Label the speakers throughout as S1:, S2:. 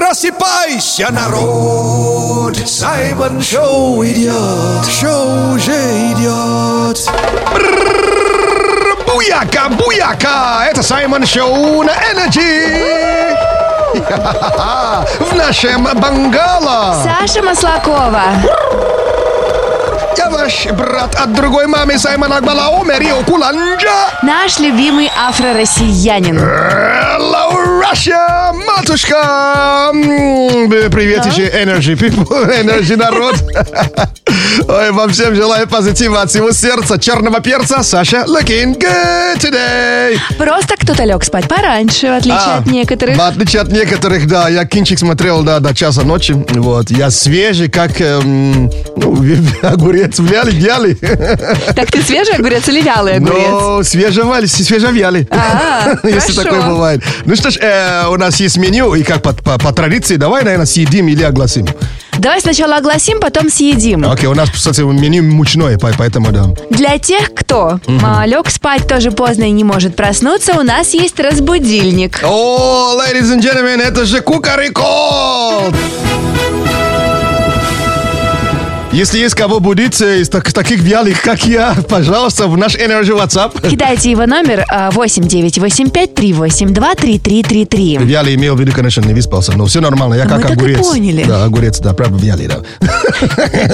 S1: Просыпайся, народ! Саймон Шоу идет! Шоу уже идет! Буяка, буяка! Это Саймон Шоу на Energy! В нашем бангало!
S2: Саша Маслакова.
S1: Я ваш брат от другой мамы Саймон Акбалао, Мерио Куланджа!
S2: Наш любимый афро-россиянин.
S1: Hello, Russia, матушка! М, э, Привет
S2: Да.
S1: еще Energy People, Energy народ. Ой, вам всем желаю позитива от всего сердца, черного перца. Саша, looking good today.
S2: Просто кто-то лег спать пораньше, в отличие
S1: А,
S2: от некоторых.
S1: В отличие от некоторых, да. Я кинчик смотрел, да, до часа ночи. Вот. Я свежий, как эм, ну, огурец вяли, вяли.
S2: Так ты свежий огурец или вялый огурец?
S1: Но свежевали, свежевяли.
S2: А,
S1: Ну, Если
S2: хорошо.
S1: такое бывает. Ну что ж, э, у нас есть меню, и как по, по- по традиции, давай, наверное, съедим или огласим.
S2: Давай сначала огласим, потом съедим.
S1: Окей, у нас, кстати, меню мучное, по- поэтому да.
S2: Для тех, кто а, лег спать тоже поздно и не может проснуться, у нас есть разбудильник.
S1: О, ladies and gentlemen, это же кукарикол! Если есть кого будить э, из так- таких вялых, как я, пожалуйста, в наш Energy WhatsApp.
S2: Кидайте его номер а, 89853823333.
S1: Вялый имел в виду, конечно, не выспался, но все нормально, я как
S2: мы так и
S1: огурец.
S2: поняли.
S1: Да, огурец, да, правда, вялый, да.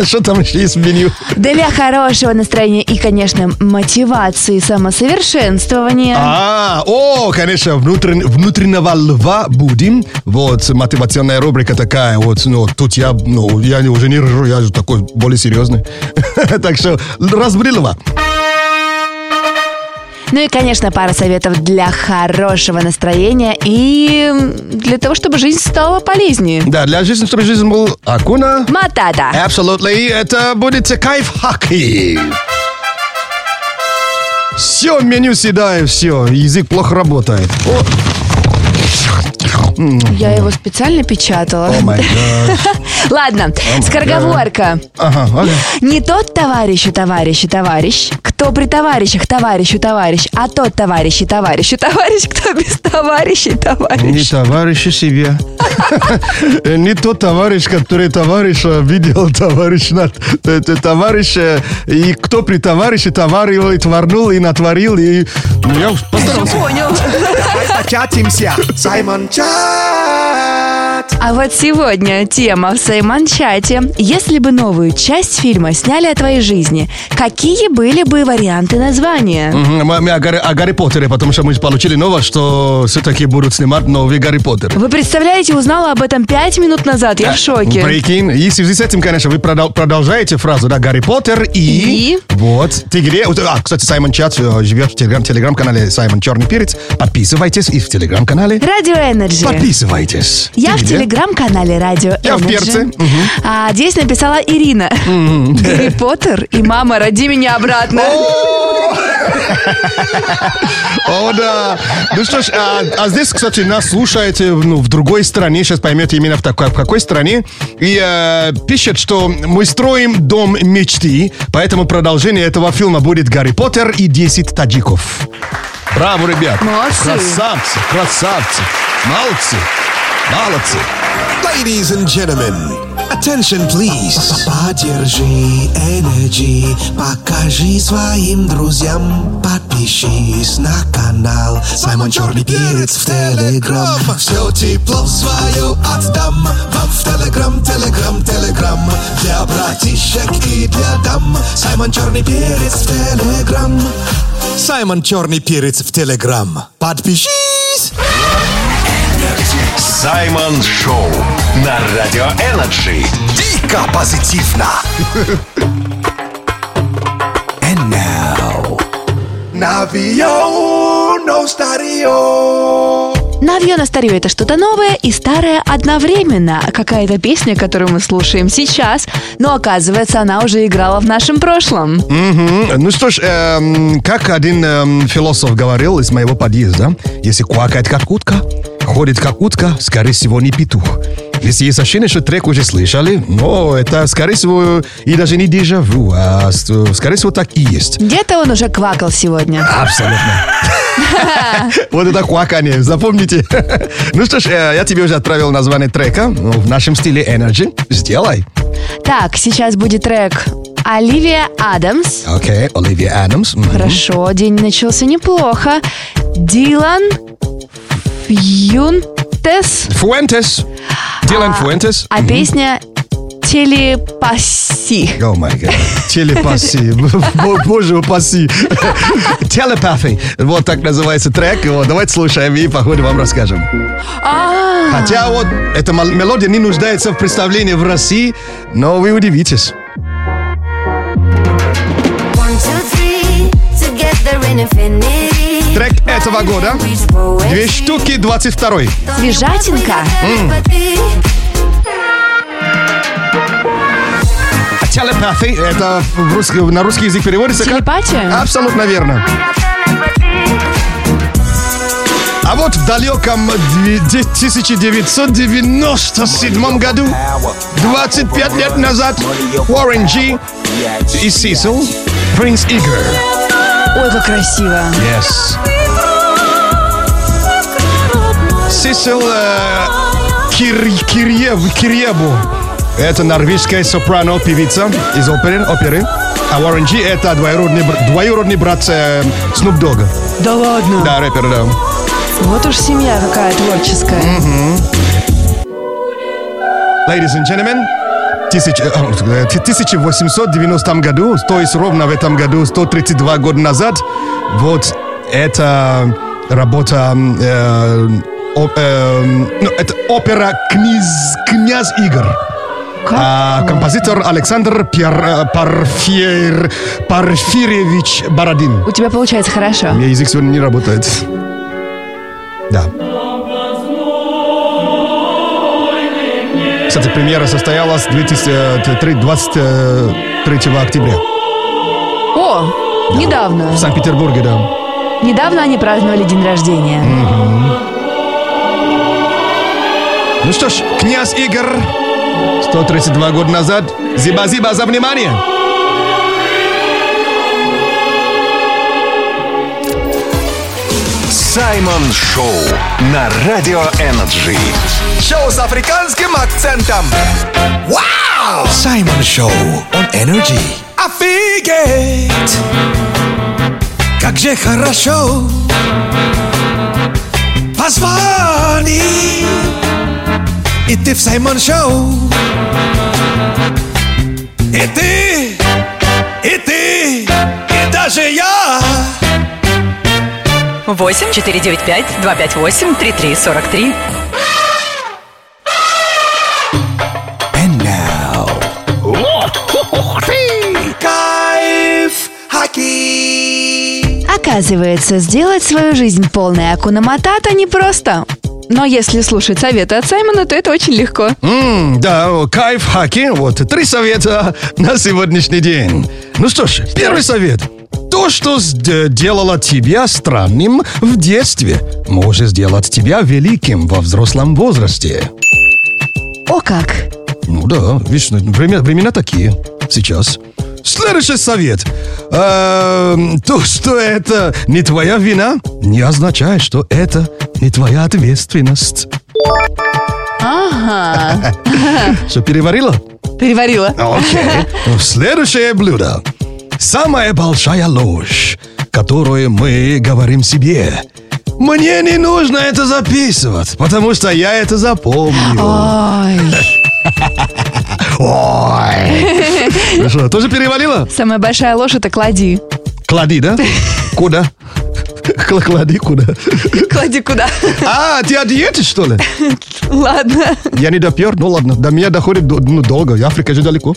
S1: Что там еще есть в меню?
S2: Для хорошего настроения и, конечно, мотивации самосовершенствования.
S1: А, о, конечно, внутрен- внутреннего льва будем. Вот, мотивационная рубрика такая. Вот, ну, тут я, ну, я не- уже не ржу, я же такой более серьезный. Так что, разбуди льва.
S2: Ну и, конечно, пара советов для хорошего настроения и м, для того, чтобы жизнь стала полезнее.
S1: Да, для жизни, чтобы жизнь был Акуна.
S2: Матата.
S1: Absolutely, это будет кайф хаки. Все, меню съедаю, все, язык плохо работает.
S2: Я его специально печатала.
S1: О, май гад.
S2: Ладно, скороговорка.
S1: Ага, окей.
S2: Не тот товарищ и товарищ и товарищ, кто при товарищах товарищу товарищ, а тот товарищ и товарищ и товарищ, кто без товарищей
S1: Э, Не
S2: товарищ.
S1: товарищи себе. Э, Не тот товарищ, который товарища видел, товарищ на- э, э, товарищ, э, и кто при товарище товарил и творнул, и натворил, и... Ну, Я уж постарался.
S2: Понял.
S3: Початимся. Саймон Чат.
S2: А вот сегодня тема в Саймон-чате. Если бы новую часть фильма сняли о твоей жизни, какие были бы варианты названия?
S1: Мгм, Мы, мы о, Гарри, о Гарри Поттере, потому что мы получили новость, что все-таки будут снимать новый Гарри Поттер.
S2: А Вы представляете, узнала об этом пять минут назад. Я в шоке.
S1: Прикинь, и в связи с этим, конечно, вы продол- продолжаете фразу, да, Гарри Поттер и...
S2: И?
S1: Вот. Ты где? Вот, А, кстати, Саймон Чат э, живет в телеграм- телеграм-канале Саймон Черный Перец. Подписывайтесь и в телеграм-канале.
S2: Радио Энерджи.
S1: Подписывайтесь.
S2: Я
S1: Ты
S2: в
S1: где?
S2: телеграм-канале Радио
S1: Я в
S2: Energy.
S1: перце. Мгм.
S2: А здесь написала Ирина. Гарри Поттер и мама, роди меня обратно.
S1: О, да. Ну что ж, а, а здесь, кстати, нас слушаете ну, в другой стране. Сейчас поймете именно в, такой, в какой стране. И э, пишет, что мы строим дом мечты. Поэтому продолжение этого фильма будет «Гарри Поттер и 10 таджиков». Браво, ребят.
S2: Молодцы.
S1: Красавцы, красавцы. Молодцы. Молодцы.
S3: Ladies and gentlemen, attention please. Поддержи Energy, покажи своим друзьям. Подпишись на канал Саймон Черный Перец в Телеграм. Все тепло свое отдам вам в Телеграм, Телеграм, Телеграм. Для братишек и для дам. Саймон Черный Перец в Телеграм. Саймон Черный Перец в Телеграм. Подпишись!
S4: Саймон Шоу на Радио Энерджи.
S3: Дико позитивно. And now. Навио, но старио.
S2: Навье на старье это что-то новое и старое одновременно. Какая-то песня, которую мы слушаем сейчас, но оказывается, она уже играла в нашем прошлом.
S1: Мгм. Ну что ж, эм, как один эм, философ говорил из моего подъезда, если квакает как утка, ходит как утка, скорее всего, не петух. Если есть ощущение, что трек уже слышали, но это, скорее всего, и даже не дежавю, а, с- скорее всего, так и есть.
S2: Где-то он уже квакал сегодня.
S1: Абсолютно. Вот это хуаканье, запомните. Ну что ж, э, я тебе уже отправил название трека ну, в нашем стиле Energy. Сделай.
S2: Так, сейчас будет трек Оливия Адамс.
S1: Окей, Оливия Адамс. Мгм.
S2: Хорошо, день начался неплохо. Дилан Фьюнтес.
S1: Фуэнтес. Дилан Фуэнтес.
S2: А песня Телепаси.
S1: О май гад. Телепаси. Бо- Боже упаси. Телепафи. Вот так называется трек. Вот, давайте слушаем и походу вам расскажем.
S2: А,
S1: Хотя вот эта мел- мелодия не нуждается в представлении в России, но вы удивитесь.
S5: One, two, three, together in infinity.
S1: Трек этого года. Две штуки 22
S2: Свежатинка.
S1: Телепатhy, это в русский- на русский язык переводится как?
S2: телепатия?
S1: Абсолютно верно. А вот в далеком две- 1997 году, 25 лет назад, Уоррен Джи и Сисел, Принц Игорь. А,
S2: Ой, как красиво.
S1: Yes. Сисел э, Кир- Кирьев- Кирьебу. Это норвежская сопрано певица из оперы. оперы. А Уоррен Джи это двоюродный, бр- двоюродный брат э, Snoop Dogg.
S2: Да ладно.
S1: Да, рэпер, да.
S2: Вот уж семья какая творческая.
S1: Ladies and gentlemen, тысяч- э, э, в 1890 году, то есть ровно в этом году, 132 года назад, вот эта работа, э, о- э, ну, это опера «Книз- «Князь Игорь».
S2: Как?
S1: А, композитор Александр Пьер, э, Парфир- Парфирьевич Бородин.
S2: У тебя получается хорошо.
S1: У меня язык сегодня не работает. Да. Кстати, премьера состоялась 2023 23 октября
S2: О, недавно.
S1: в Санкт-Петербурге, да.
S2: Недавно они праздновали день рождения.
S1: Ну что ж, князь Игорь, 132 года назад. Зиба-зиба за внимание.
S4: Саймон Шоу на Радио Энерджи.
S6: Шоу с африканским акцентом. Вау!
S3: Саймон Шоу on Energy.
S6: Офигеть!
S3: Как же хорошо
S6: Позвони!
S3: И ты в Саймон Шоу
S6: И ты, и ты, и даже я!
S7: 8 495 258 3343.
S6: Кайф! Хаки!
S2: Оказывается, сделать свою жизнь полной акунаматата непросто. Но если слушать советы от Саймона, то это очень легко.
S1: М, да, о, кайф, хаки. Вот три совета на сегодняшний день. Ну что ж, первый совет. То, что сд- делало тебя странным в детстве, может сделать тебя великим во взрослом возрасте.
S2: О как!
S1: Ну да, видишь, ну, времена, времена такие сейчас. Следующий совет. Эм, то, что это не твоя вина, не означает, что это не твоя ответственность.
S2: Ага,
S1: Что, переварила?
S2: переварила.
S1: Окей. Следующее блюдо. Самая большая ложь, которую мы говорим себе. Мне не нужно это записывать, потому что я это запомню.
S2: Ой,
S1: Ой. Ну что, тоже перевалила?
S2: самая большая ложь это клади.
S1: Клади, да? Куда? Кла- Клади куда?
S2: Клади куда?
S1: А, ты о диете, что ли?
S2: Ладно.
S1: Я не допер, ну ладно. До меня доходит до- ну, долго, Африка же далеко.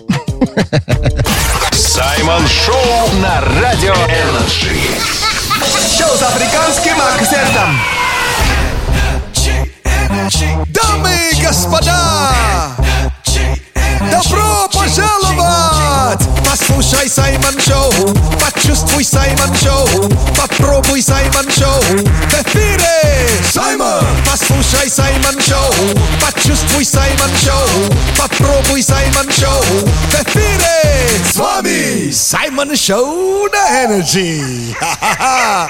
S4: Саймон Шоу на Радио Энерджи.
S6: Шоу с африканским акцентом! Дамы и господа! Добро пожаловать! Послушай Саймон Шоу, почувствуй Саймон Шоу, попробуй Саймон Шоу. В эфире Саймон! Послушай Саймон Шоу, почувствуй Чувствуй Саймон Шоу, попробуй Саймон Шоу. В эфире с вами Саймон Шоу на Энерджи. Ха-ха-ха.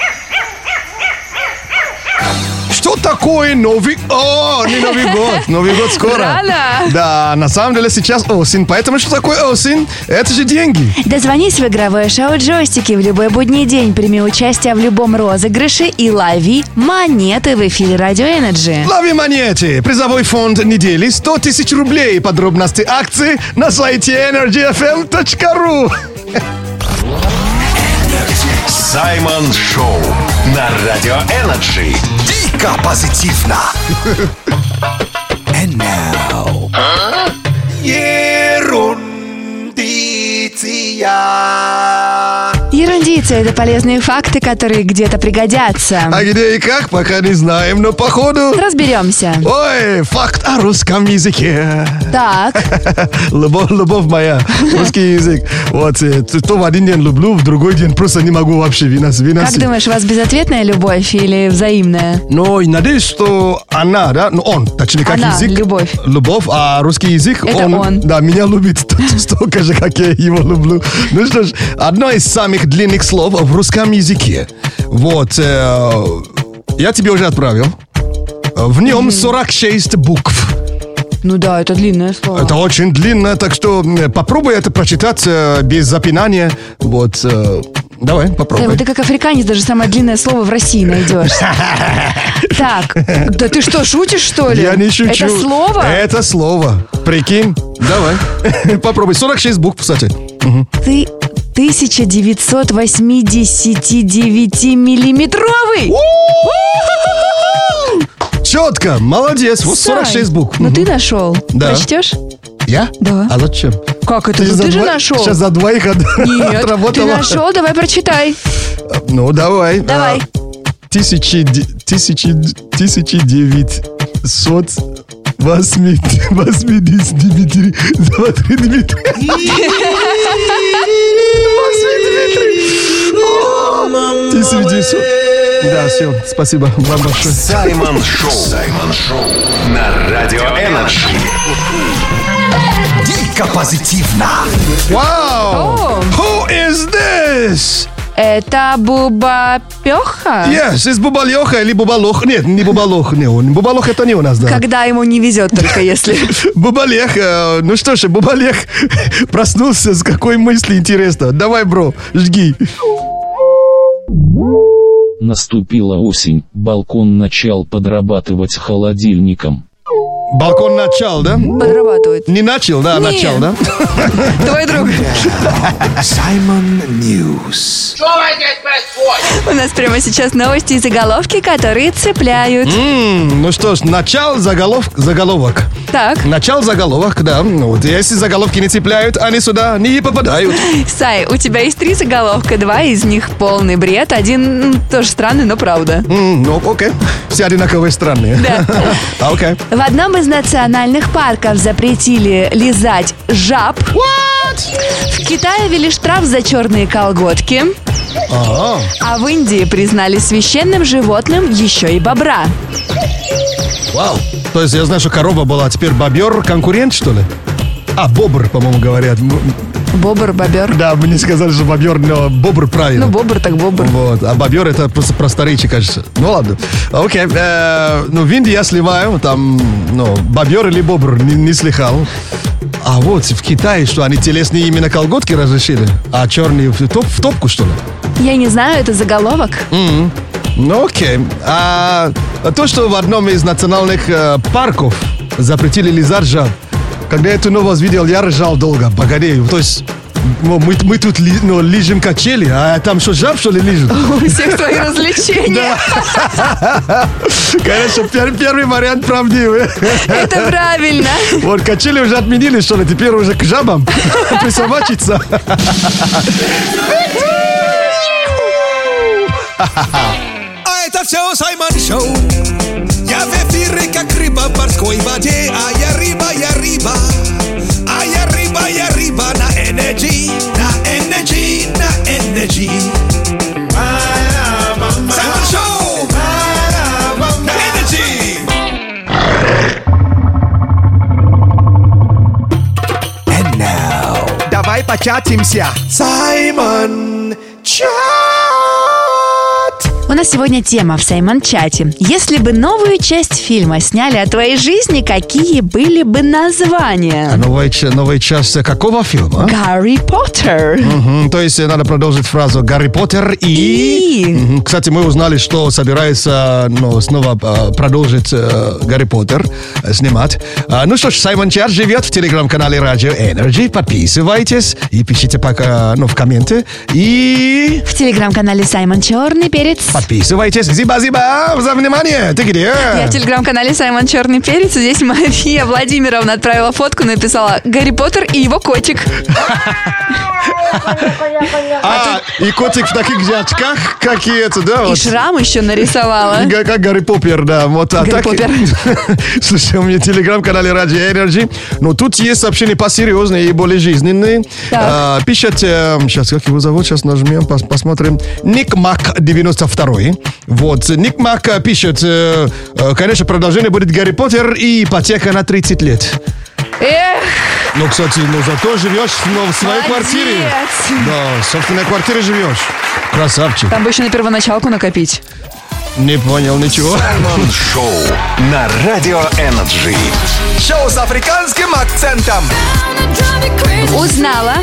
S1: Что такое Новый... О, не Новый год. Новый год скоро.
S2: Рано.
S1: Да, на самом деле сейчас осень. Поэтому что такое осень? Это же деньги.
S2: Дозвонись в игровое шоу «Джойстики» в любой будний день. Прими участие в любом розыгрыше и лови монеты в эфире «Радио Энерджи».
S1: Лови монеты. Призовой фонд недели 100 тысяч рублей. Подробности акции на сайте energyfm.ru
S4: Саймон Шоу на Радио Энерджи.
S6: Дико позитивно. And now. Ерундиция.
S2: Ерундица – это полезные факты, которые где-то пригодятся.
S1: А где и как, пока не знаем, но походу...
S2: Разберемся.
S1: Ой, факт о русском языке.
S2: Так,
S1: Любовь, любовь моя, русский язык. Вот, э, то то в один день люблю, в другой день просто не могу вообще вынос-
S2: как
S1: выносить.
S2: думаешь, у вас безответная любовь или взаимная?
S1: Но Ну, и надеюсь, что она, да, ну он, точнее, как
S2: Она,
S1: язык.
S2: любовь.
S1: Любовь, а русский язык,
S2: Это он.
S1: Да, меня любит т- столько же, как я его люблю. Ну что ж, одно из самых длинных слов в русском языке. Вот, э, я тебе уже отправил. В нем 46 букв.
S2: Ну да, это длинное слово.
S1: Это очень длинно, так что м, попробуй это прочитать э, без запинания. Вот, э, давай,
S2: Да,
S1: попробуй.
S2: вот ты как африканец даже самое длинное слово в России найдешь. Так, да ты что, шутишь, что ли?
S1: Я не шучу.
S2: Это слово?
S1: Это слово. Прикинь? Давай. Попробуй. 46 букв, кстати.
S2: Ты 1989-миллиметровый!
S1: Четко. Молодец. Вот 46 букв.
S2: Ну
S1: Мгм.
S2: ты нашел.
S1: Да.
S2: Прочтешь?
S1: Я?
S2: Да.
S1: А зачем?
S2: Как это? Ну, ты же нашел.
S1: Сейчас за двоих от...
S2: Нет, ты
S1: отработала.
S2: нашел, давай прочитай.
S1: Ну, давай.
S2: Давай.
S1: А, Тысячи... де- Тысячи... Тысячи девятьсот... Восьми... Восьмидесяти... девяти- Два, три, Дмитрий. Восьми, Дмитрий. О, 1900. Да, все. Спасибо вам большое.
S4: Саймон Шоу. Саймон Шоу на Радио Энерджи.
S6: Дико позитивно.
S1: Wow!
S2: Oh.
S1: Who is this?
S2: Это Буба Пеха?
S1: Yes, is Бубалёха или Бубалох? Нет, не Бубалох, не он. Бубалох это не у нас, да.
S2: Когда ему не везет только если.
S1: Бубалех, э, ну что ж, Бубалех проснулся с какой мысли, интересно. Давай, бро, жги.
S8: Наступила осень, балкон начал подрабатывать холодильником.
S1: Балкон начал, да?
S2: Подрабатывает.
S1: Не начал, да, а
S2: Не.
S1: начал, да?
S2: Твой друг.
S6: Саймон Ньюс.
S2: У нас прямо сейчас новости и заголовки, которые цепляют.
S1: М, ну что ж, начал заголов, заголовок.
S2: Так,
S1: Начал заголовок, да. Ну, вот если заголовки не цепляют, они сюда не попадают.
S2: Сай, у тебя есть три заголовка, два из них полный бред, один м, тоже странный, но правда.
S1: М, ну, окей. Все одинаковые странные.
S2: Да.
S1: А, Окей.
S2: В одном из национальных парков запретили лизать жаб. В Китае ввели штраф за черные колготки.
S1: А,
S2: А в Индии признали священным животным еще и бобра.
S1: вау. То есть я знаю, что корова была, а теперь бобер конкурент, что ли? А, бобр, по-моему, говорят. М,
S2: Бобр, бобер.
S1: Да, мне сказали, что бобер, но бобр правильно.
S2: Ну, бобр так бобр.
S1: Вот, а бобер это просто просторечие, кажется. Ну ладно. Окей. э, ну, в Индии я сливаю, там, ну, бобер или бобр, не, не слыхал. А вот в Китае, что они телесные именно колготки разрешили, а черные в, топ, в топку, что ли?
S2: Я не знаю, это заголовок.
S1: Ну, окей. А то, что в одном из национальных э, парков запретили лизать жаб, когда эту новость видел, я ржал долго. Погоди, то есть ну, мы, мы тут ли- ну, лижем качели, а там что, жаб, что ли, лижут?
S2: У всех твои развлечения.
S1: Конечно, пер- первый вариант правдивый.
S2: Это правильно.
S1: Вот качели уже отменили, что ли, теперь уже к жабам присобачиться.
S6: А это все Саймон Шоу. Я в эфире, как рыба в морской воде. А я рыба, я рыба. А я рыба, я рыба на энергии, на энергии, на энергии. Саймон Шоу. На Energy.
S9: початимся.
S6: Саймон Чат.
S2: У нас сегодня тема в Саймон-чате. Если бы новую часть фильма сняли о твоей жизни, какие были бы названия?
S1: Новая, ч- новая часть какого фильма?
S2: Гарри Поттер.
S1: Мгм, То есть э, надо продолжить фразу «Гарри Поттер и...»,
S2: И.
S1: Мгм, Кстати, мы узнали, что собирается ну, снова э, продолжить э, «Гарри Поттер» э, снимать. А, ну что ж, Саймон Чар живет в телеграм-канале Радио Energy. Подписывайтесь и пишите пока, ну, в комменты. И
S2: В телеграм-канале Саймон Черный Перец.
S1: подписывайтесь. Зиба-зиба за внимание. Ты где?
S2: Я в телеграм-канале Саймон Черный Перец. Здесь Мария Владимировна отправила фотку, написала Гарри Поттер и его котик.
S1: А, и котик в таких зячках, как и это, да?
S2: И
S1: вот.
S2: шрам еще нарисовала.
S1: Га- Как Гарри Поппер, да. Вот, а
S2: А? Гарри
S1: так-
S2: Поппер.
S1: Слушай, у меня телеграм-канале Ради Energy. Но Ну, тут есть сообщения посерьезные и более жизненные.
S2: Так.
S1: А, пишет, сейчас как его зовут, сейчас нажмем, пос- посмотрим. Ник Мак 92. Вот, Ник Мак э, пишет, э, э, конечно, продолжение будет Гарри Поттер и ипотека на 30 лет.
S2: Эх,
S1: Ну, кстати, ну зато живешь ну, в своей
S2: Молодец.
S1: квартире. Да, в собственной квартире живешь. Красавчик.
S2: там бы еще на первоначалку накопить.
S1: Не понял ничего.
S4: Саймон Шоу на Радио Энерджи.
S9: Шоу с африканским акцентом.
S2: Узнала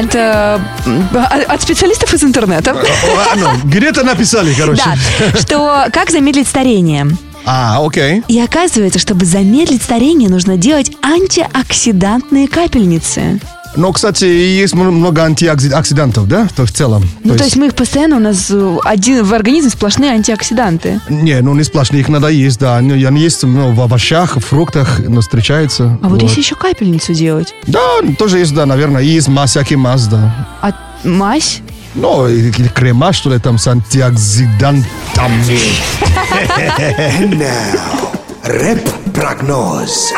S2: от, э, м, от специалистов из интернета.
S1: А, ну, Где-то написали, короче.
S2: Да, что как замедлить старение.
S1: А, окей.
S2: И оказывается, чтобы замедлить старение, нужно делать антиоксидантные капельницы.
S1: Но, кстати, есть мно- много антиоксидантов, да, то в целом?
S2: Ну,
S1: То
S2: то есть мы их постоянно, у нас э, один в организме сплошные антиоксиданты.
S1: Не, ну не сплошные, их надо есть, да. Ну, Они есть ну, в овощах, в фруктах, но встречаются.
S2: А вот, если еще капельницу делать,
S1: Да, тоже есть, да, наверное, и есть масс, всякий масс, да.
S2: а мазь?
S1: Ну, и- или крема, что ли, там, с антиоксидантами.
S3: Рэп прогноз.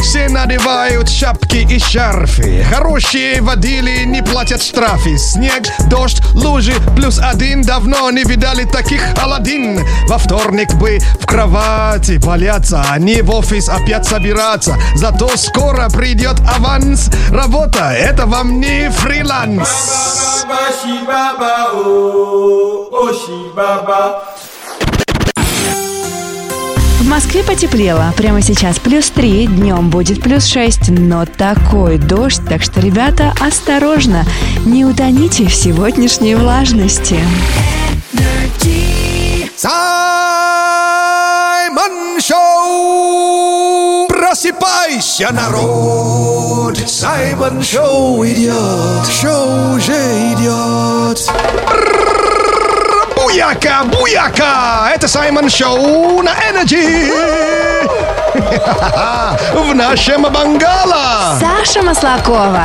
S1: Все надевают шапки и шарфы. Хорошие водили не платят штрафы. Снег, дождь, лужи, плюс один. Давно не видали таких Аладдин. Во вторник бы в кровати валяться, а не в офис опять собираться. Зато скоро придет аванс. Работа, это вам не фриланс.
S2: В Москве потеплело. Прямо сейчас плюс 3, днем будет плюс 6, но такой дождь, так что, ребята, осторожно, не утоните в сегодняшней влажности.
S6: Саймон Шоу! Просыпайся, народ! Саймон Шоу идет, шоу уже идет.
S1: Буяка, буяка! Это Саймон Шоу на Energy. В нашем бангала.
S2: Саша Маслакова.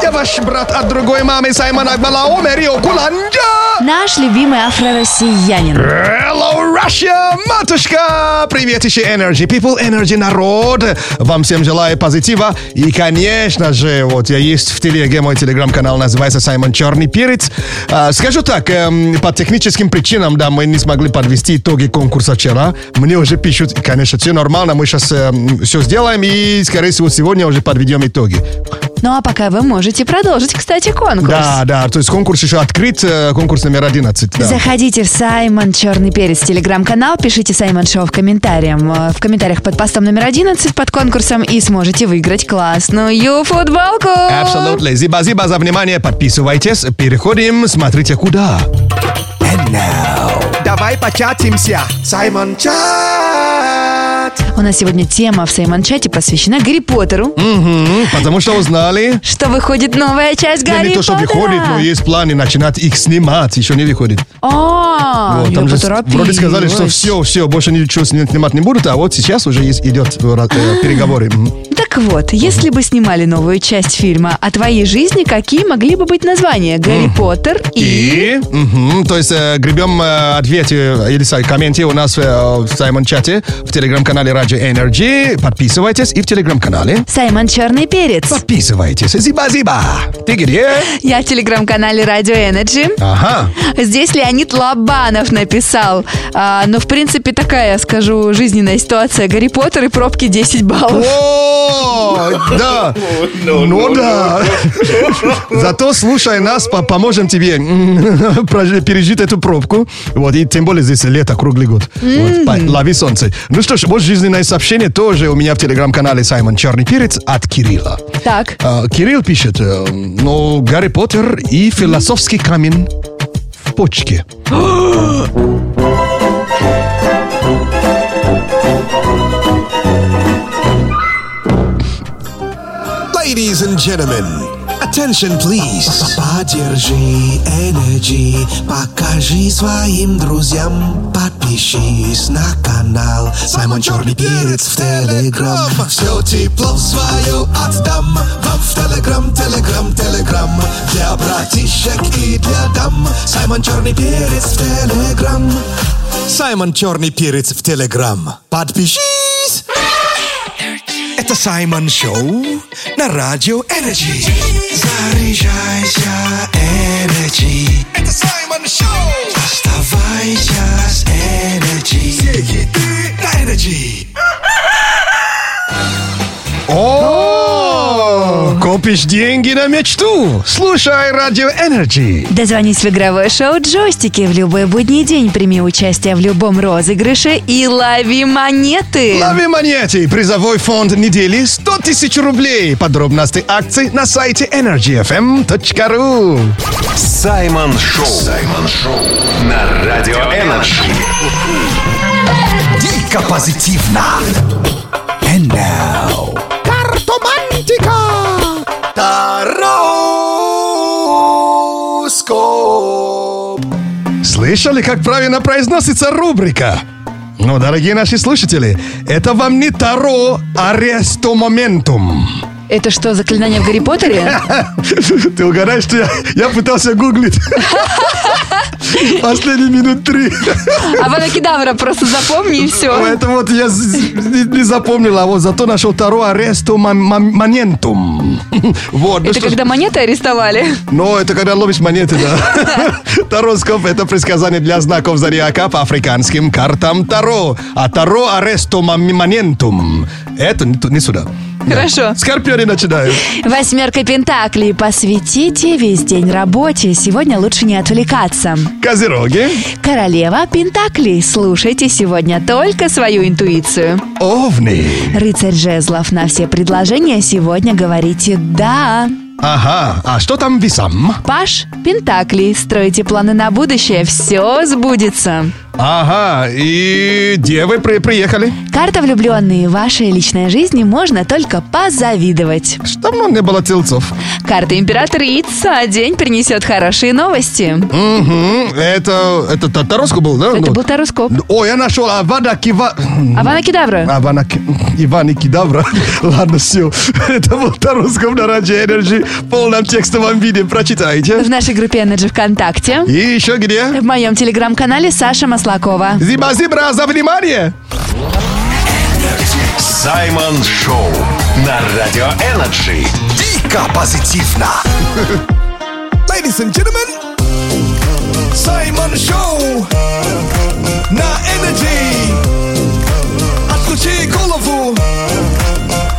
S1: Я ваш брат от другой мамы Саймона Акбалао, Мерио Куланджа.
S2: Наш любимый афро-россиянин.
S1: Hello, Russia, матушка! Привет еще Energy People, Energy народ! Вам всем желаю позитива. И, конечно же, вот я есть в телеге, мой телеграм-канал называется Саймон Черный Перец. А, скажу так, эм, по техническим причинам, да, мы не смогли подвести итоги конкурса вчера. Мне уже пишут, и, конечно, все нормально, мы сейчас все сделаем и, скорее всего, сегодня уже подведем итоги.
S2: Ну а пока вы можете продолжить, кстати, конкурс.
S1: Да, да, то есть конкурс еще открыт, э, конкурс номер 11. да.
S2: Заходите в Саймон Черный Перец телеграм-канал, пишите Саймон Шоу в комментариям. э, В комментариях под постом номер 11 под конкурсом и сможете выиграть классную футболку.
S1: Абсолютно. Зиба-зиба за внимание. Подписывайтесь. Переходим. Смотрите куда.
S9: Давай початимся.
S6: Саймон Чат!
S2: У нас сегодня тема в Саймон-чате посвящена Гарри Поттеру.
S1: М, Потому что узнали.
S2: Что выходит новая часть
S1: Да
S2: Гарри
S1: не то, что
S2: Поттера?
S1: выходит, но есть планы начинать их снимать. Еще не выходит.
S2: А,
S1: Вот,
S2: я
S1: там же
S2: поторопилась.
S1: вроде сказали, что все, все, больше ничего сни- снимать не будут, а вот сейчас уже есть, идет э, ра- э, переговоры. М.
S2: Ну, Так Так вот, если бы снимали новую часть фильма о твоей жизни, какие могли бы быть названия? Гарри Поттер и...
S1: И? Мгм. То есть э, гребем э, ответе э, или сай- комменте у нас э, в Саймон-чате, в телеграм-канале Раджи Energy. Подписывайтесь и в телеграм-канале.
S2: Саймон Черный Перец.
S1: Подписывайтесь. Зиба-зиба. Ты где?
S2: Я в телеграм-канале Радио Energy.
S1: Ага.
S2: Здесь Леонид Лобанов написал. А, ну, в принципе, такая, скажу, жизненная ситуация. Гарри Поттер и пробки 10 баллов.
S1: О, да. Ну да. Зато слушай нас, по- поможем тебе м, прожи- пережить эту пробку. Вот, и тем более здесь лето, круглый год. Вот, па- лови солнце. Ну что ж, вот жизненное сообщение тоже у меня в телеграм-канале Саймон Черный Перец от Кирилла.
S2: Так,
S1: А, Кирилл пишет, э, ну, Гарри Поттер и философский камень в почке.
S3: Ladies and gentlemen, attention please. Поддержи Energy, покажи своим друзьям, подпишись на канал. Саймон Черный Перец в Телеграм. Все тепло свое отдам вам в Телеграм, Телеграм, Телеграм. Для братишек и для дам. Саймон Черный Перец в Телеграм. Саймон Черный Перец в Телеграм. Подпишись!
S6: Это Саймон Шоу на Радио Энерджи. Заряжайся, Энерджи. Это Саймон Шоу. Оставайся с Энерджи. на Энерджи.
S1: О! Копишь деньги на мечту. Слушай Радио Энерджи.
S2: дозвонись в игровое шоу «Джойстики» в любой будний день. Прими участие в любом розыгрыше и лови монеты.
S1: Лови монеты. Призовой фонд недели 100 тысяч рублей. Подробности акций на сайте energyfm.ru
S4: Саймон Шоу. Саймон Шоу на Радио Энерджи.
S9: Дико позитивно. And now. Картомантика. Тароскоп.
S1: Слышали, как правильно произносится рубрика? Ну, дорогие наши слушатели, это вам не Таро, а Рестомоментум.
S2: Это что, заклинание в Гарри Поттере?
S1: Ты угадаешь, что я, я пытался гуглить. Последние минут три.
S2: А Кедавра просто запомни и все.
S1: Поэтому вот я з- не, не запомнил, а вот зато нашел Таро Аресту Монентум. Вот, ну
S2: Это
S1: что ж.
S2: когда монеты арестовали?
S1: Но это когда ловишь монеты, да. Тароскоп – это предсказание для знаков зодиака по африканским картам Таро. А Таро Арестум Монентум. Это не, ту- не сюда.
S2: Хорошо.
S1: Скорпионы начинают.
S2: Восьмерка Пентаклей. Посвятите весь день работе. Сегодня лучше не отвлекаться.
S1: Козероги.
S2: Королева Пентаклей. Слушайте сегодня только свою интуицию.
S1: Овны.
S2: Рыцарь Жезлов. На все предложения сегодня говорите «да».
S1: Ага. А что там весам?
S2: Паш Пентаклей. Строите планы на будущее. Все сбудется.
S1: Ага. И девы при- приехали.
S2: Карта влюбленные. Вашей личной жизни можно только позавидовать.
S1: Что Давно ну, не было тельцов.
S2: Карта императрица. День принесет хорошие новости.
S1: Угу. Это, это та- Тароску был, да?
S2: Это
S1: Ну,
S2: был тароскоп.
S1: О, я нашел Авада Кива...
S2: Авана Кедавра.
S1: Авана Ки- Ивана Кедавра. Ладно, все. Это был Тарусков на Радио Энерджи. В полном текстовом виде прочитайте.
S2: В нашей группе Energy ВКонтакте.
S1: И еще где?
S2: В моем телеграм-канале Саша Маслакова.
S1: Зиба-зибра за внимание!
S4: Саймон Шоу на Радио Энерджи.
S9: Дико позитивно.
S6: Ladies and gentlemen, Саймон Шоу на Энерджи. Отключи голову,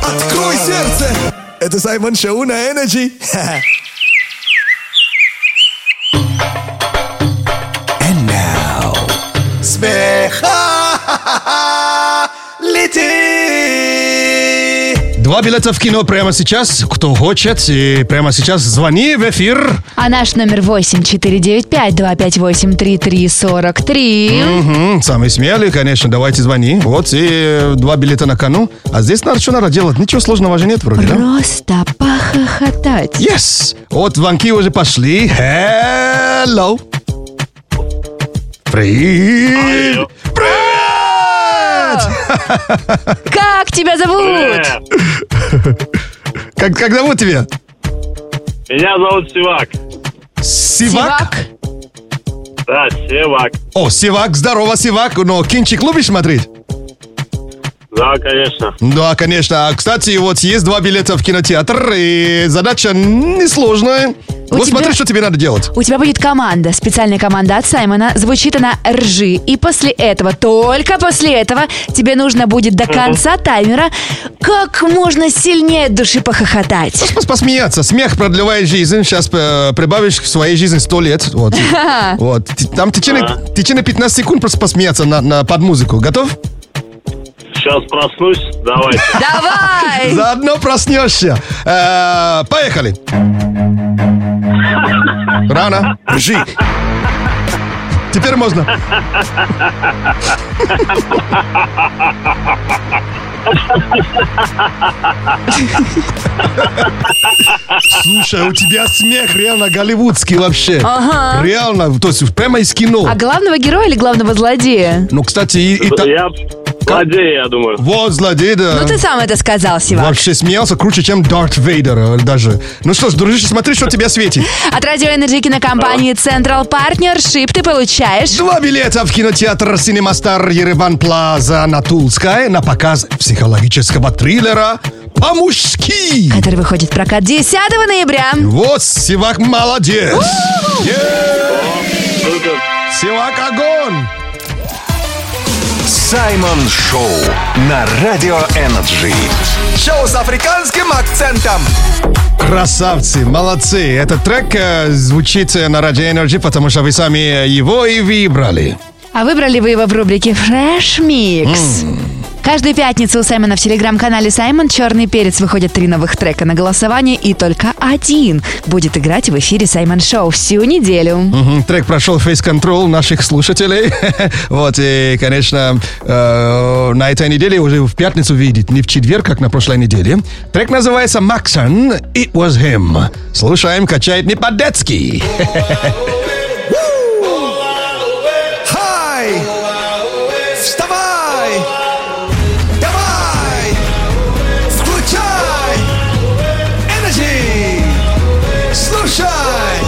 S6: открой сердце. Это Саймон Шоу на Энерджи.
S9: And now. Смеха. Лети.
S1: Два билета в кино прямо сейчас. Кто хочет, и прямо сейчас звони в эфир.
S2: А наш номер 8495-258-3343.
S1: Мгм, Самый смелый, конечно, давайте звони. Вот и э, два билета на кону. А здесь на что надо делать? Ничего сложного же нет вроде, да?
S2: Просто похохотать.
S1: Yes! Вот звонки уже пошли. Hello! Привет! Привет!
S2: Как Как тебя зовут?
S10: Э,
S1: Как, как зовут тебя?
S10: Меня зовут Севак.
S1: Сивак?
S10: Да, Севак.
S1: О, Сивак, здорово, Сивак. Но кинчик любишь смотреть?
S10: Да, конечно.
S1: Да, конечно. А, Кстати, вот есть два билета в кинотеатр, и задача несложная.
S2: У
S1: вот
S2: тебя-
S1: смотри, что тебе надо делать.
S2: У тебя будет команда, специальная команда от Саймона. Звучит она «Ржи». И после этого, только после этого, тебе нужно будет до конца таймера как можно сильнее от души похохотать.
S1: Пос- Посмеяться. Смех продлевает жизнь. Сейчас э, прибавишь к своей жизни сто лет. Вот. вот. Т- Там в течение,
S10: Ага.
S1: в течение 15 секунд просто посмеяться на, на- под музыку. Готов?
S10: Сейчас проснусь. Давайте.
S2: Давай!
S1: Заодно проснешься. Э, поехали. Рано. Ржи. Теперь можно. Слушай, а у тебя смех реально голливудский вообще.
S2: Ага.
S1: Реально, то есть прямо из кино.
S2: А главного героя или главного злодея?
S1: Ну, кстати, и, и та-
S10: Я владею, я думаю.
S1: вот злодей, да.
S2: Ну ты сам это сказал, Сивак.
S1: Вообще смеялся круче, чем Дарт Вейдер э, даже. Ну что ж, дружище, смотри, что тебе светит.
S2: От радио Energy кинокомпании Central Partnership ты получаешь...
S1: Два билета в кинотеатр «Синемастар Ереван Плаза» на Тулскай на показ психологического триллера «По-мужски».
S2: Который выходит в прокат 10 ноября.
S1: Вот Сивак молодец. Е! Сивак огонь.
S4: Саймон Шоу на Радио Энерджи.
S9: Шоу с африканским акцентом.
S1: Красавцы, молодцы. Этот трек э, звучит э, на Радио Energy, потому что вы сами его и выбрали.
S2: А выбрали вы его в рубрике Fresh Mix. Каждую пятницу у Саймона в телеграм-канале Саймон «Черный перец» выходят три новых трека на голосование, и только один будет играть в эфире Саймон Шоу всю неделю.
S1: Мгм, Трек прошел фейс-контрол наших слушателей. Вот, и, конечно, э, на этой неделе уже в пятницу видит, не в четверг, как на прошлой неделе. Трек называется «Максон. It was him». Слушаем, качает не по-детски.
S9: Хай! Вставай! Давай! Включай! Энерджи! Слушай!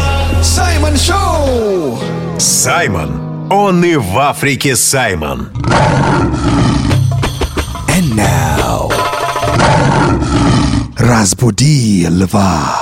S9: Саймон Шоу!
S4: Саймон. Он и в Африке Саймон.
S9: And now... Разбуди льва.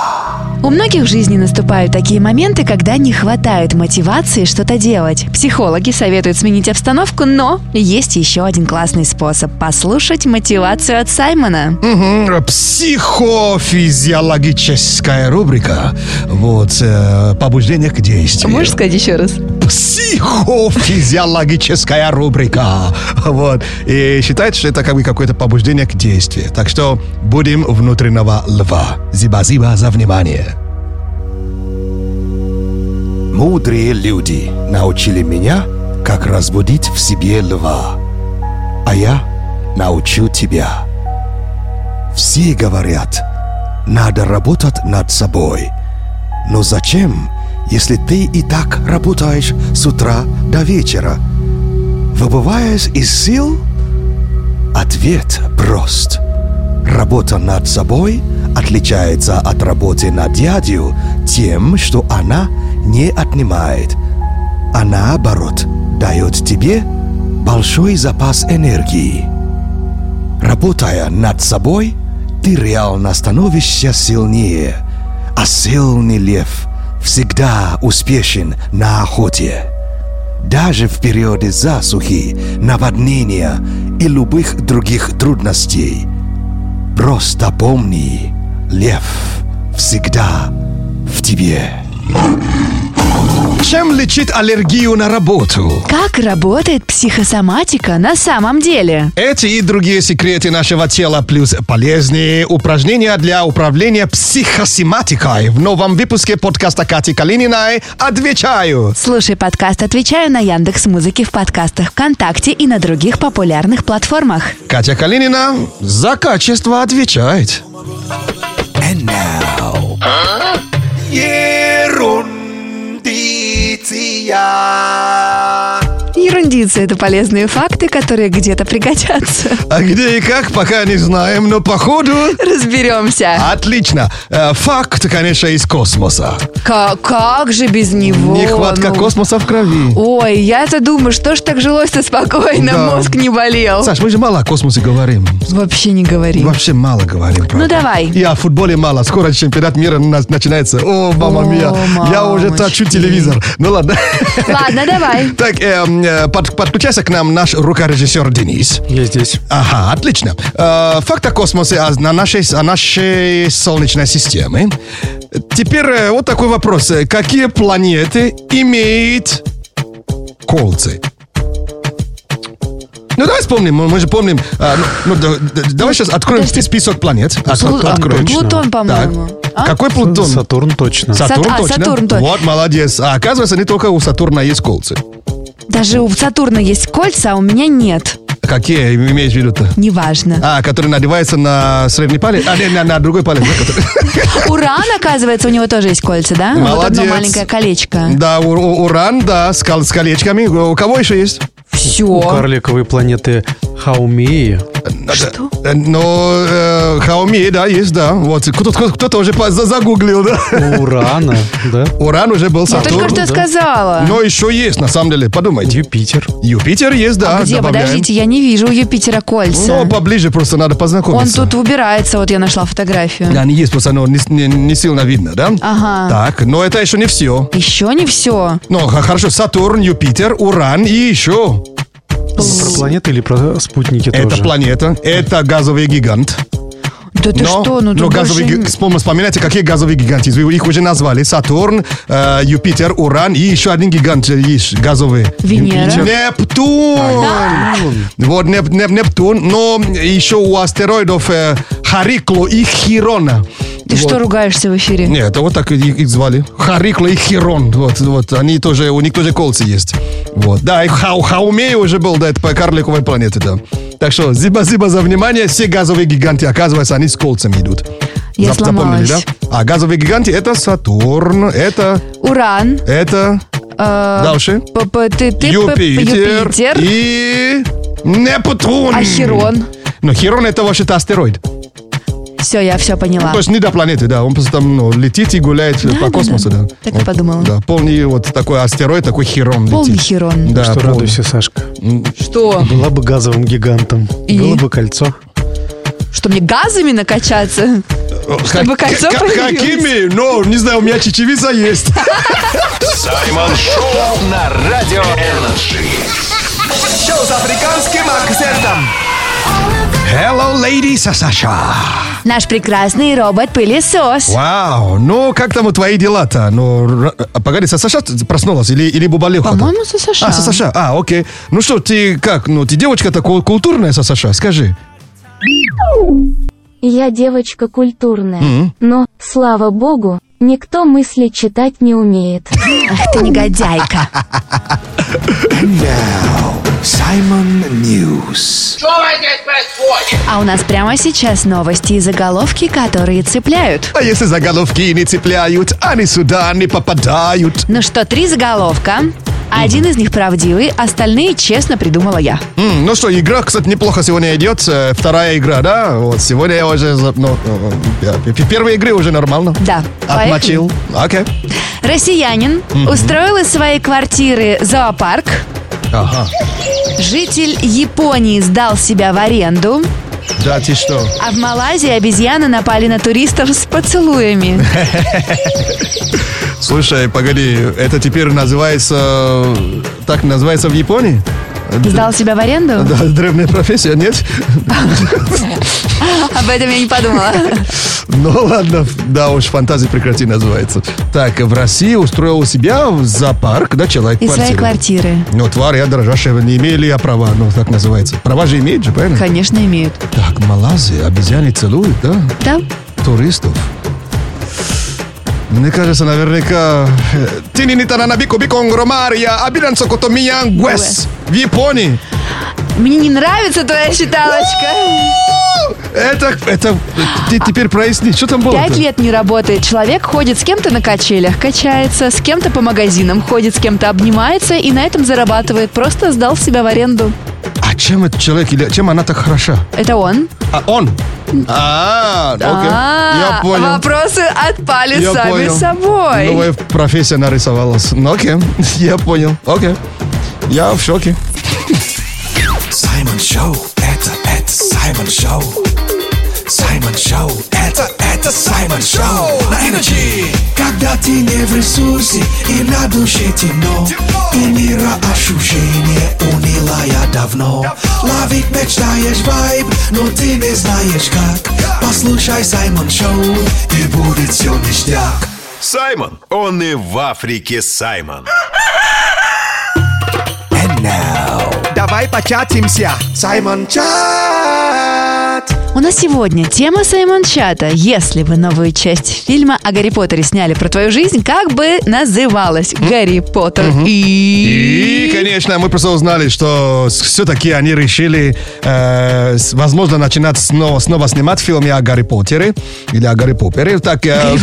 S2: У многих в жизни наступают такие моменты, когда не хватает мотивации что-то делать. Психологи советуют сменить обстановку, но есть еще один классный способ – послушать мотивацию от Саймона.
S1: Мгм, Психофизиологическая рубрика. Вот, э, побуждение к действию.
S2: Можешь сказать еще раз?
S1: психофизиологическая рубрика. Вот. И считает, что это как бы какое-то побуждение к действию. Так что будем внутреннего льва. Зиба-зиба за внимание.
S9: Мудрые люди научили меня, как разбудить в себе льва. А я научу тебя. Все говорят, надо работать над собой. Но зачем, если ты и так работаешь с утра до вечера? Выбываясь из сил? Ответ прост. Работа над собой отличается от работы над дядью тем, что она не отнимает, а наоборот дает тебе большой запас энергии. Работая над собой, ты реально становишься сильнее, а сильный лев всегда успешен на охоте. Даже в периоды засухи, наводнения и любых других трудностей – Просто помни, лев всегда в тебе.
S1: Чем лечит аллергию на работу?
S2: Как работает психосоматика на самом деле?
S1: Эти и другие секреты нашего тела плюс полезные упражнения для управления психосематикой в новом выпуске подкаста Кати Калининой «Отвечаю».
S2: Слушай подкаст «Отвечаю» на Яндекс Музыке в подкастах ВКонтакте и на других популярных платформах.
S1: Катя Калинина за качество отвечает.
S9: And now... Ерундиция.
S2: Ерунди традиция. Это полезные факты, которые где-то пригодятся.
S3: А где и как, пока не знаем, но походу... а
S2: Разберемся.
S3: Отлично. Э, Факт, конечно, из космоса.
S2: Ка- как же без него?
S3: Нехватка
S2: Ну,
S3: космоса в крови.
S2: Ой, я-то думаю, что ж так жилось-то спокойно,
S3: Да.
S2: мозг не болел.
S3: Саш, мы же мало о космосе говорим.
S2: Вообще не говори.
S3: Вообще мало говорим.
S2: Ну
S3: правда.
S2: давай.
S3: И о футболе мало. Скоро чемпионат мира на- начинается. О, мама
S2: О,
S3: мия. Я уже
S2: мамочки.
S3: точу телевизор. Ну ладно.
S2: Ладно, давай.
S3: Так, эм, э, под- подключайся к нам наш рукорежиссер Денис.
S1: Я здесь.
S3: Ага, отлично. Э, Факт о космосе, о, на нашей, о нашей Солнечной системе. Теперь э, вот такой вопрос. Э, Какие планеты имеют колцы? Ну, давай вспомним. Мы, мы же помним. э, ну, ну, да- да- давай сейчас откроем
S2: Подожди.
S3: список планет. От-
S2: Плу- а,
S3: откроем.
S2: Плутон, по-моему.
S3: Так.
S2: А?
S3: Какой Плутон?
S1: Сатурн точно.
S3: Сатурн,
S2: Сат- а,
S3: точно?
S2: Сатурн, точно.
S3: Вот, молодец. А оказывается, не только у Сатурна есть колцы.
S2: Даже у Сатурна есть кольца, а у меня нет.
S3: Какие имеешь в виду-то?
S2: Неважно.
S3: А, который надевается на средний палец? А, не, на, на другой палец. да, который-
S2: Уран, оказывается, у него тоже есть кольца, да? Вот одно
S3: Молодец.
S2: маленькое колечко.
S3: Да, у- у- уран, да, с, кол- с колечками. У кого еще есть?
S1: У
S2: Все.
S1: карликовой планеты Хаумеи.
S3: Что? Ну, э, Хаоми, да, есть, да. Вот, кто- кто- кто-то уже по- за- загуглил, да.
S1: У Урана, да?
S3: Уран уже был
S2: Я только
S3: Сатурн.
S2: что
S1: да.
S2: сказала.
S3: Но еще есть, на самом деле, подумайте.
S1: Юпитер.
S3: Юпитер есть, да,
S2: А Где,
S3: добавляем.
S2: подождите, я не вижу у Юпитера кольца.
S3: Ну, поближе просто надо
S2: Он
S3: познакомиться.
S2: тут убирается, вот я нашла фотографию.
S3: Да, они есть, просто оно не, не- не сильно видно, да?
S2: Ага.
S3: Так, но это еще не все.
S2: Еще не все.
S3: Ну, х- хорошо, Сатурн, Юпитер, Уран и еще.
S1: Про планеты или про спутники
S3: Это
S1: тоже?
S3: планета, это газовый гигант.
S2: Да ты
S3: но,
S2: что, ну
S3: но
S2: тут
S3: газовый
S2: больше-
S3: ги- вспом- вспоминайте, какие газовые гиганты. Вы их уже назвали. Сатурн, э, Юпитер, Уран и еще один гигант э, есть газовый.
S2: Венера.
S3: Нептун! Вот Неп- Неп- Нептун, но еще у астероидов э, Харикло и Хирона.
S2: Ты
S3: Вот.
S2: что ругаешься в эфире?
S3: Нет, это вот так и- их, звали. Харикло и Хирон. Вот, вот, они тоже, у них тоже колцы есть. Вот, да, и Хау, Хаумей уже был, да, это по карликовой планете, да. Так что, зиба-зиба за внимание, все газовые гиганты, оказывается, они с колцами идут.
S2: Я
S3: Зап- запомнили,
S2: сломалась.
S3: да? А газовые гиганты, это Сатурн, это,
S2: Уран. э,
S3: это, Э, дальше, Э, Юпитер,
S2: Юпитер.
S3: и Нептун.
S2: А Хирон?
S3: Но Хирон это вообще-то астероид.
S2: Все, я все поняла.
S3: То есть не до планеты, да. Он просто там ну, летит и гуляет
S2: Да,
S3: по
S2: да,
S3: космосу,
S2: да.
S3: да.
S2: Так и
S3: Вот,
S2: подумала.
S3: Да, полный вот такой астероид, такой херон
S2: Полный
S3: летит.
S2: херон.
S3: Да,
S1: Что
S3: полный.
S1: радуйся, Сашка?
S2: Что?
S1: Была бы газовым гигантом,
S2: И?
S1: было бы кольцо.
S2: Что мне газами накачаться? Чтобы
S3: Э, Как-
S2: кольцо
S3: как-
S2: появилось.
S3: Какими? Ну, не знаю, у меня чечевица есть.
S9: Саймон Шоу на Радио Энерджи.
S11: Шоу с африканским акцентом.
S3: Hello, ladies, Саша.
S2: Наш прекрасный робот-пылесос.
S3: Вау, ну как там у твои дела-то? Ну, р- а, погоди, Саша проснулась или, или бубалеха?
S2: По-моему, Саша.
S3: А, Саша, а, окей. Ну что, ты как, ну ты девочка такая культурная, Саша, скажи.
S12: Я девочка культурная,
S3: М.
S12: но, слава богу, никто мысли читать не умеет.
S2: Ах ты негодяйка.
S11: Саймон Ньюс.
S2: А у нас прямо сейчас новости и заголовки, которые цепляют.
S3: А если заголовки не цепляют, они сюда не попадают.
S2: Ну что, три заголовка. Один из них правдивый, остальные честно придумала я.
S3: М, ну что, игра, кстати, неплохо сегодня идет. Э, Вторая игра, да? Вот сегодня я уже... за- Ну, э, э, пе- первые игры уже нормально.
S2: Да, поехали.
S3: Отмочил. Окей.
S2: Россиянин устроил из своей квартиры зоопарк.
S3: Ага.
S2: Житель Японии сдал себя в аренду.
S3: Да ты что?
S2: А в Малайзии обезьяны напали на туристов с поцелуями.
S3: Слушай, погоди, это теперь называется... э, Так называется в Японии?
S2: Сдал себя в аренду?
S3: Да, древняя профессия, нет?
S2: Об этом я не подумала.
S3: Ну ладно, да уж, фантазии прекрати называется. Так, в России устроил себя в зоопарк, да, человек
S2: Из своей
S3: квартиру.
S2: квартиры.
S3: Ну, тварь, я дрожащая, не имею ли я права? Ну, так называется. Права же имеет же, правильно?
S2: Конечно, имеют.
S3: Так, Малайзия, обезьяны целуют, да?
S2: Да?
S3: Туристов. Мне кажется, наверняка... э, а Тининитананабико биконгромария, абиранцокотомиян гуэс. В Японии.
S2: Мне не нравится твоя считалочка.
S1: Это, это,
S3: э,
S1: ты теперь проясни, что там было
S2: Пять лет не работает. Человек ходит с кем-то на качелях, качается, с кем-то по магазинам, ходит с кем-то обнимается и на этом зарабатывает. Просто сдал себя в аренду.
S1: А чем этот человек, или чем она так хороша?
S2: Это он.
S1: А он? А, окей. Я
S2: А,
S1: понял.
S2: Вопросы отпали
S1: Я
S2: сами
S1: понял.
S2: собой.
S1: Новая профессия нарисовалась. Ну, окей, я понял. Окей. Я в шоке.
S3: Саймон Шоу, это, это Саймон Шоу. Саймон Шоу, это, это Саймон Шоу. На Energy. Когда ты не в ресурсе и на душе темно, у мира ощущение унила я давно. Ловить мечтаешь вайб, но ты не знаешь как. Послушай Саймон Шоу, и будет все ништяк.
S4: Саймон. Он и в Африке Саймон.
S9: Давай початимся. Саймон Чат.
S2: У нас сегодня тема Саймон Чата. Если бы новую часть фильма о Гарри Поттере сняли про твою жизнь, как бы называлась Гарри Поттер и...
S1: И, конечно, мы просто узнали, что все-таки они решили, э, с- возможно, начинать снова, снова снимать фильмы о Гарри Поттере или о Гарри Поппере. Так, э,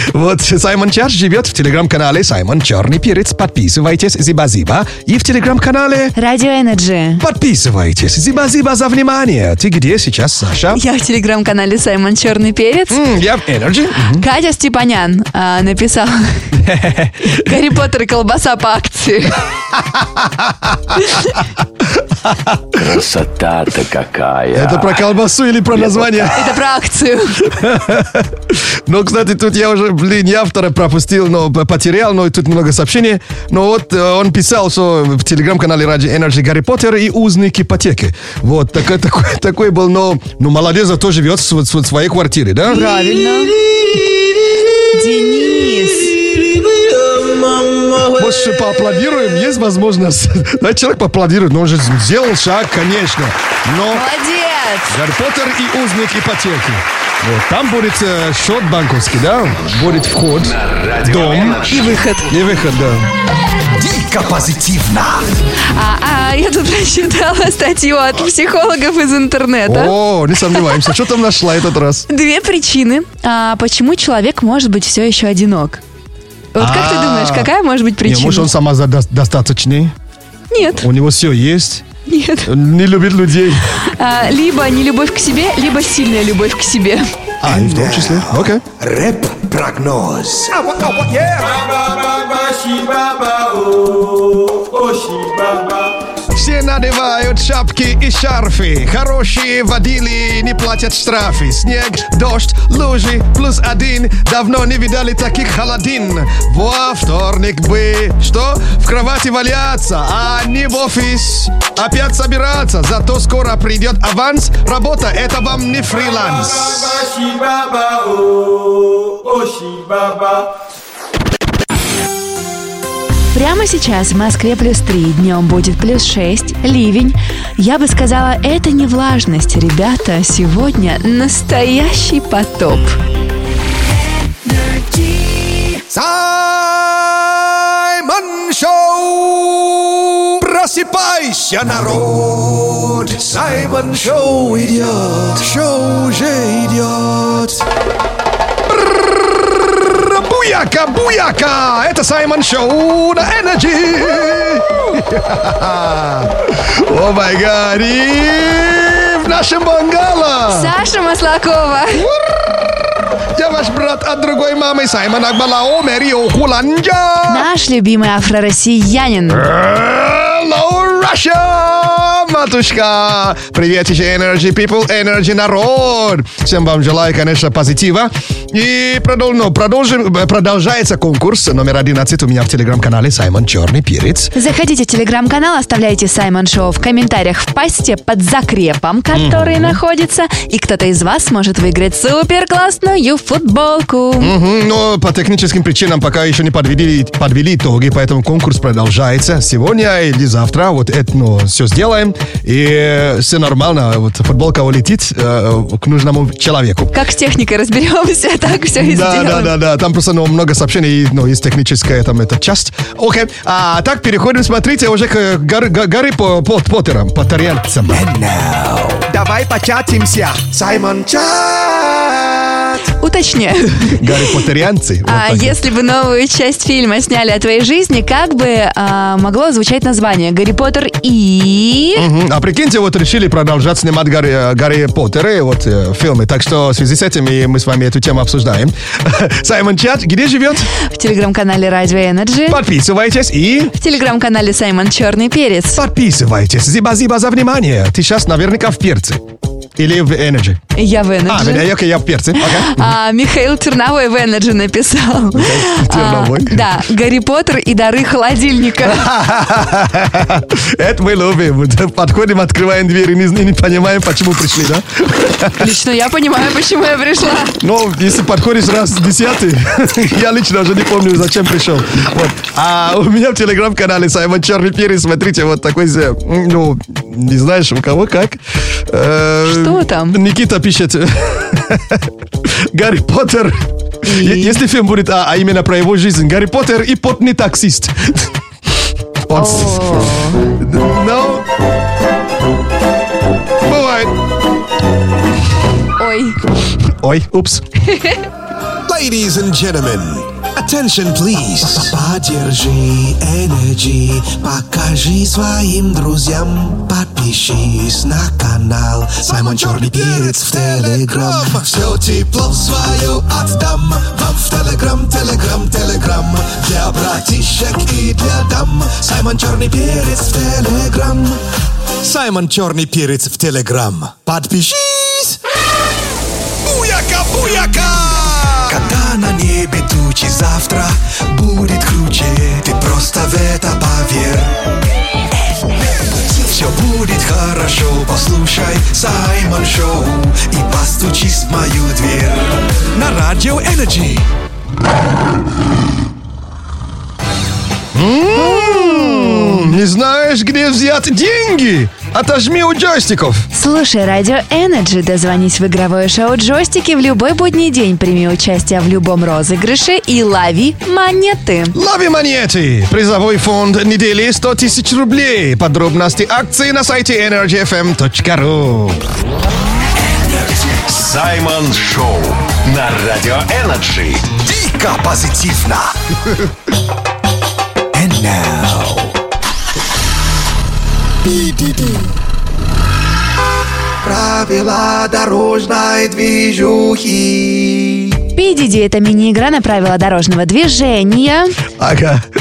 S1: вот Саймон Чарч живет в телеграм-канале Саймон Черный Перец. Подписывайтесь, зиба-зиба. И в телеграм-канале...
S2: Радио Энерджи.
S1: Подписывайтесь, зиба-зиба за внимание. Ты где сейчас, Саша?
S2: Я в телеграм-канале Саймон Черный Перец.
S1: М, я в Energy. Мгм.
S2: Катя Степанян а, написала Гарри Поттер и колбаса по акции.
S13: Красота-то какая.
S1: Это про колбасу или про название?
S2: Это про акцию.
S1: Ну, кстати, тут я уже, блин, я автора пропустил, но п- потерял, но и тут много сообщений. Но вот э, он писал, что в телеграм-канале Ради Energy Гарри Поттер и узник ипотеки. Вот, такой, такой, такой был, но ну, молодец, зато живет в, св- св- своей квартире, да?
S2: Правильно. Денис.
S1: Может, еще поаплодируем? Есть возможность? Да, человек поаплодирует, но он же сделал шаг, конечно. Но
S2: Молодец.
S1: Гарри Поттер и узник ипотеки. Вот, там будет э, счет банковский, да? Будет вход, дом
S2: И выход.
S1: и выход, да.
S3: Дико позитивно.
S2: А, а, я тут прочитала статью от психологов из интернета.
S1: О, не сомневаемся. Что там нашла этот раз?
S2: Две причины, а, почему человек может быть все еще одинок. Вот как ты
S1: А.
S2: думаешь, какая может быть
S1: Не, может,
S2: причина?
S1: он сама достаточный?
S2: Нет,
S1: У него все есть?
S2: нет.
S1: Не любит людей?
S2: А, Либо нелюбовь к себе, либо сильная любовь к себе.
S1: А, и в том числе? Окей.
S3: Рэп-прогноз.
S1: Все надевают шапки и шарфы. Хорошие водили не платят штрафы. Снег, дождь, лужи, плюс один. Давно не видали таких холодин. Во вторник бы, что? В кровати валяться, а не в офис. Опять собираться, зато скоро придет аванс. Работа это вам не фриланс.
S2: Прямо сейчас в Москве плюс 3, днем будет плюс 6, ливень. Я бы сказала, это не влажность, ребята. Сегодня настоящий потоп.
S6: Саймон Шоу! Просыпайся, народ! Саймон Шоу идет! Шоу уже идет!
S1: Буяка, буяка! Это Саймон Шоу на Energy! О май гад! И в нашем бангало!
S2: Саша Маслакова.
S1: Я ваш брат от другой мамы Саймон Акбалао Мерио Хуланджа!
S2: Наш любимый афро-россиянин.
S3: Э.
S1: Hello, Russia! Матушка! Привет еще Energy People, Energy народ! Всем вам желаю, конечно, позитива. И продол- ну, продолжим, продолжается конкурс номер 11 у меня в телеграм-канале Саймон Черный Перец.
S2: Заходите в телеграм-канал, оставляйте Саймон Шоу в комментариях в посте под закрепом, который находится, и кто-то из вас сможет выиграть супер классную футболку.
S1: Мгм, но по техническим причинам пока еще не подвели, подвели итоги, поэтому конкурс продолжается сегодня или завтра. Вот э-
S3: ну, все сделаем, и все нормально, вот футболка улетит э, к нужному человеку.
S2: Как с техникой разберемся, так все и
S3: Да,
S2: сделаем.
S3: да, да, да. Там просто ну, много сообщений, ну, есть техническая там эта часть. Окей. А так переходим,
S1: а
S3: смотрите, уже к э, Гарри, Га- Гарри по, по, Поттерам, Поттерианцам.
S14: Давай початимся. Саймон Чат.
S2: Уточняю.
S3: Гарри Поттерианцы. Вот
S2: А
S3: так вот.
S2: если бы новую часть фильма сняли о твоей жизни, как бы а, могло звучать название «Гарри Поттер и...»
S3: Мгм. А прикиньте, вот решили продолжать снимать Гарри, э, Гарри Поттера, вот э, фильмы. Так что в связи с этим и мы с вами эту тему обсуждаем. Саймон Чат, где живет?
S2: В телеграм-канале «Радио Энерджи»,
S3: Подписывайтесь и
S2: в телеграм-канале «Саймон Черный Перец».
S3: подписывайтесь. Зиба-зиба за внимание. Ты сейчас наверняка в перце. Или в Energy.
S2: Я в
S3: А,
S2: Энерджи.
S3: меня- окей, я в перце. Окей.
S2: А, Михаил Терновой в Energy написал.
S3: Терновой.
S2: А, да, Гарри Поттер и дары холодильника.
S3: Это мы любим. Вот Подходим, открываем дверь и не, не понимаем, почему пришли, да?
S2: Лично я понимаю, почему я пришла.
S3: Но Ну, если подходишь раз в десятый, я лично уже не помню, зачем пришел. Вот. А у меня в телеграм-канале Саймон Черный Перец, смотрите, вот такой, э, ну, не знаешь, у кого как. Что
S2: там?
S3: Никита пишет. Гарри Поттер. Е- Если фильм будет, а, а именно про его жизнь, Гарри Поттер и потный таксист. Он с- No. Бывает.
S2: Ой.
S3: Ой, упс.
S1: Ladies and gentlemen, attention please. Поддержи Energy, покажи своим друзьям, подпишись на канал. Саймон Черный Перец в Телеграм. Все тепло свое отдам вам в Телеграм, Телеграм, Телеграм. Для братишек и для дам. Саймон Черный Перец в Телеграм. Саймон Черный Перец в Телеграм. Подпишись!
S15: Буяка, буяка!
S1: Когда на небе тучи завтра будет круче, ты просто в это поверь. Все будет хорошо, послушай Саймон Шоу и постучись в мою дверь. На Радио Энерджи.
S3: М, Не знаешь, где взять деньги? Отожми у джойстиков.
S2: Слушай Радио Energy, дозвонись в игровое шоу «Джойстики» в любой будний день. Прими участие в любом розыгрыше и лови монеты.
S3: Лови монеты! Призовой фонд недели 100 тысяч рублей. Подробности акции на сайте energyfm.ru
S9: Саймон Шоу на Радио Энерджи.
S1: Дико позитивно. And now. Правила дорожной движухи.
S2: PDD – это мини-игра на правила дорожного движения.
S3: Ага.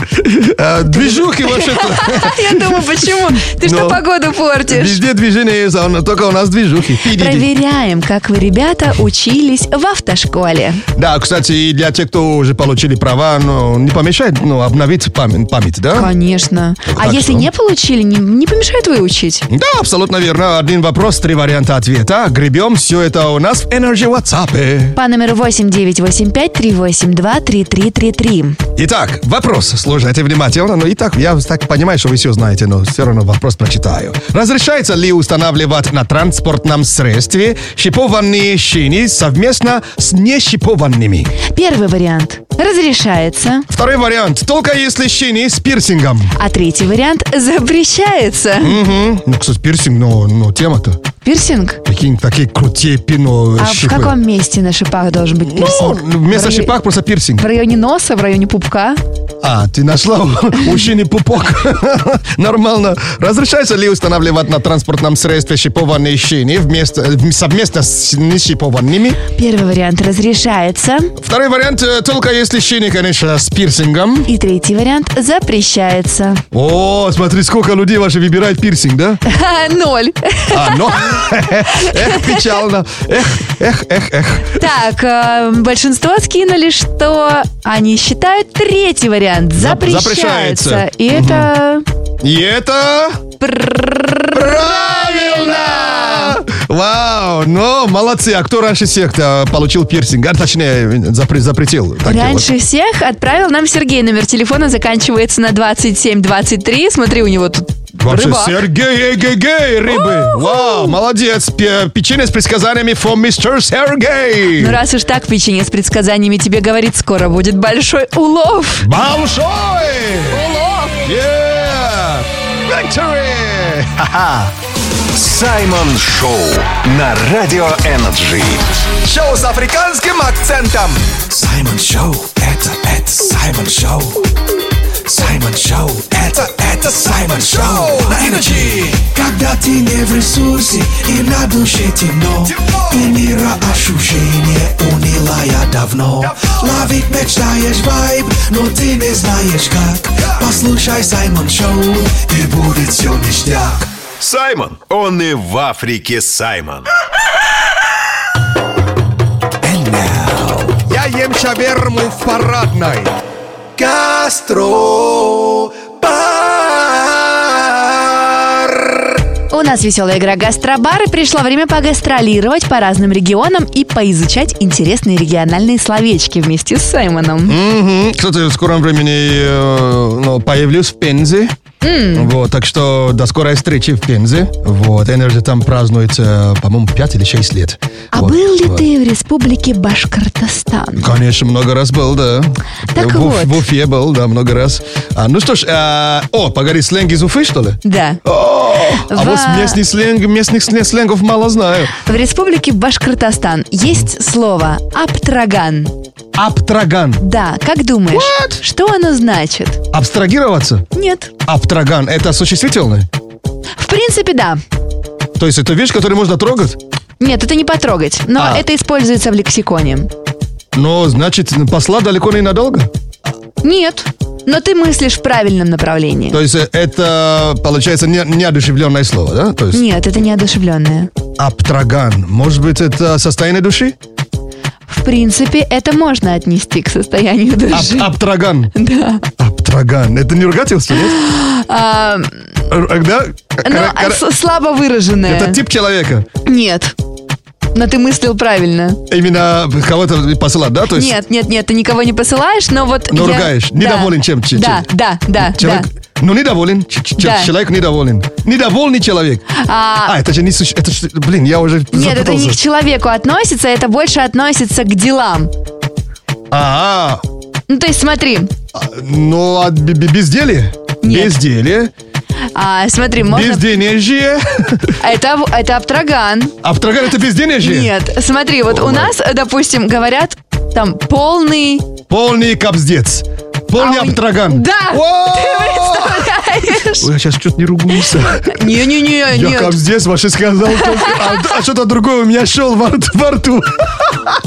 S3: Э, Движухи вообще-то.
S2: Я думаю, почему? Ты что
S3: Но
S2: погоду портишь?
S3: Везде движение есть, а у нас- только у нас движухи. Пи-ди-ди.
S2: Проверяем, как вы, ребята, учились в автошколе.
S3: Да, кстати, и для тех, кто уже получили права, ну, не помешает ну, обновить память, память, да?
S2: Конечно. А
S3: Так
S2: если
S3: что?
S2: не получили, не, не помешает выучить.
S3: Да, абсолютно верно. Один вопрос, три варианта ответа. Гребем все это у нас в Energy WhatsApp.
S2: По номеру 8985-382-3333.
S3: Итак, вопрос. Слушайте внимательно. Ну и так, я так понимаю, что вы все знаете, но все равно вопрос прочитаю. Разрешается ли устанавливать на транспортном средстве шипованные шины совместно с нешипованными?
S2: Первый вариант. Разрешается.
S3: Второй вариант. Только если шины с пирсингом.
S2: А третий вариант запрещается.
S3: Мгм. Ну, кстати, пирсинг, но, но тема-то.
S2: Пирсинг?
S3: Такие, такие крутые пино
S2: А в
S3: шипы.
S2: каком месте на шипах должен быть
S3: Ну,
S2: пирсинг?
S3: вместо
S2: В рай-
S3: шипак просто пирсинг.
S2: В районе носа, в районе пупка.
S3: А, ты нашла у мужчины пупок. Нормально. Разрешается ли устанавливать на транспортном средстве шипованные шины вместо, э, совместно с нешипованными?
S2: Первый вариант разрешается.
S3: Второй вариант, э, только если шины, конечно, с пирсингом.
S2: И третий вариант запрещается.
S3: О, смотри, сколько людей ваши выбирает пирсинг, да?
S2: Ноль.
S3: А, ну, эх, печально. Эх, эх, эх, эх.
S2: Так, э, большинство скинули, что они считают третий вариант запрещается.
S3: запрещается.
S2: И это...
S3: И это... Правильно! Вау, ну, молодцы. А кто раньше всех э, получил пирсинг? А, точнее, запре- запретил. Так,
S2: Раньше
S3: вот.
S2: всех отправил нам Сергей. Номер телефона заканчивается на 2723. Смотри, у него тут
S1: Вообще,
S2: Рыбак.
S1: Сергей Эгегей, рыбы. Вау, молодец. Пе- Печенье с предсказаниями for мистер Сергей.
S2: Ну раз уж так печенье с предсказаниями тебе говорит, скоро будет большой улов.
S1: Большой!
S2: Улов!
S1: Yeah! Victory! Ха-ха.
S4: Саймон Шоу на Радио Энерджи.
S9: Шоу с африканским акцентом.
S3: Саймон Шоу, это, это Саймон Шоу. Саймон Шоу, это, это Саймон Шоу. На Energy. Когда ты не в ресурсе и на душе темно, и мира ощущение уняла я давно. Ловить мечтаешь вайб, но ты не знаешь как. Послушай Саймон Шоу, и будет все ништяк.
S4: Саймон, он и в Африке Саймон.
S1: Я ем шаверму в парадной.
S9: Кастро.
S2: У нас веселая игра «Гастробар» и пришло время погастролировать по разным регионам и поизучать интересные региональные словечки вместе с Саймоном.
S1: Мгм. Кстати, в скором времени э, ну, появлюсь в Пензе. Вот, так что до скорой встречи в Пензе. Вот, Энерджи там празднуется, по-моему, 5 или 6 лет.
S2: А
S1: Вот,
S2: был ли
S1: вот.
S2: ты в республике Башкортостан?
S1: Конечно, много раз был, да.
S2: Так
S1: в, Уф-
S2: вот.
S1: в Уфе был, да, много раз. А, ну что ж, а, о, погоди, сленг из Уфы, что ли?
S2: Да.
S1: А
S2: В-
S1: вот местный сленг, местных слен- сленгов мало знаю.
S2: В республике Башкортостан есть слово «аптраган».
S1: Аптраган.
S2: Да, как думаешь, что оно значит?
S1: Абстрагироваться?
S2: Нет.
S1: Аптраган – это существительное?
S2: В принципе, да.
S1: То есть это вещь, которую можно трогать?
S2: Нет, это не потрогать, но
S1: А.
S2: это используется в лексиконе.
S1: Но, Ну, значит, посла далеко не надолго?
S2: Нет, но ты мыслишь в правильном направлении.
S1: То есть э, это, получается, не- неодушевленное слово, да? То есть
S2: Нет, это неодушевленное.
S1: аптраган. Может быть, это состояние души?
S2: В принципе, это можно отнести к состоянию
S1: Ап-
S2: души.
S1: аптраган.
S2: Да.
S1: Аптраган. Это не ругательство, нет?
S2: А,
S1: Р- э, Да?
S2: ну,
S1: Кара-
S2: а
S1: кара-
S2: с- слабо выраженное.
S1: Это тип человека.
S2: Нет. Но ты мыслил правильно.
S1: Именно кого-то посылать, да? То есть
S2: Нет, нет, нет, ты никого не посылаешь, но вот.
S1: Но
S2: я-
S1: ругаешь.
S2: Да.
S1: Недоволен чем- чем-
S2: Да,
S1: чем?
S2: да, да,
S1: человек...
S2: да.
S1: Ну, недоволен. Ч- ч-
S2: Да.
S1: Человек недоволен. Недовольный человек.
S2: А,
S1: А, это же не суще- это ж- Блин, я уже
S2: нет, это не
S1: запутался.
S2: к человеку относится, это больше относится к делам.
S1: Ага.
S2: Ну, то есть, смотри,
S1: Ну, а б- б- безделье?
S2: Нет.
S1: Безделье.
S2: а, смотри, можно.
S1: Безденежье.
S2: Это, это аптраган.
S1: Аптраган это безденежье?
S2: Нет, смотри, вот у нас, допустим, говорят там полный.
S1: Полный капздец.
S2: А
S1: Полный аптраган.
S2: Да! Ты представляешь?
S1: Ой, я сейчас что-то не ругнулся.
S2: Не-не-не,
S1: Я
S2: нет.
S1: капздец вообще сказал. только. А, а что-то другое у меня шел во рт- во рту.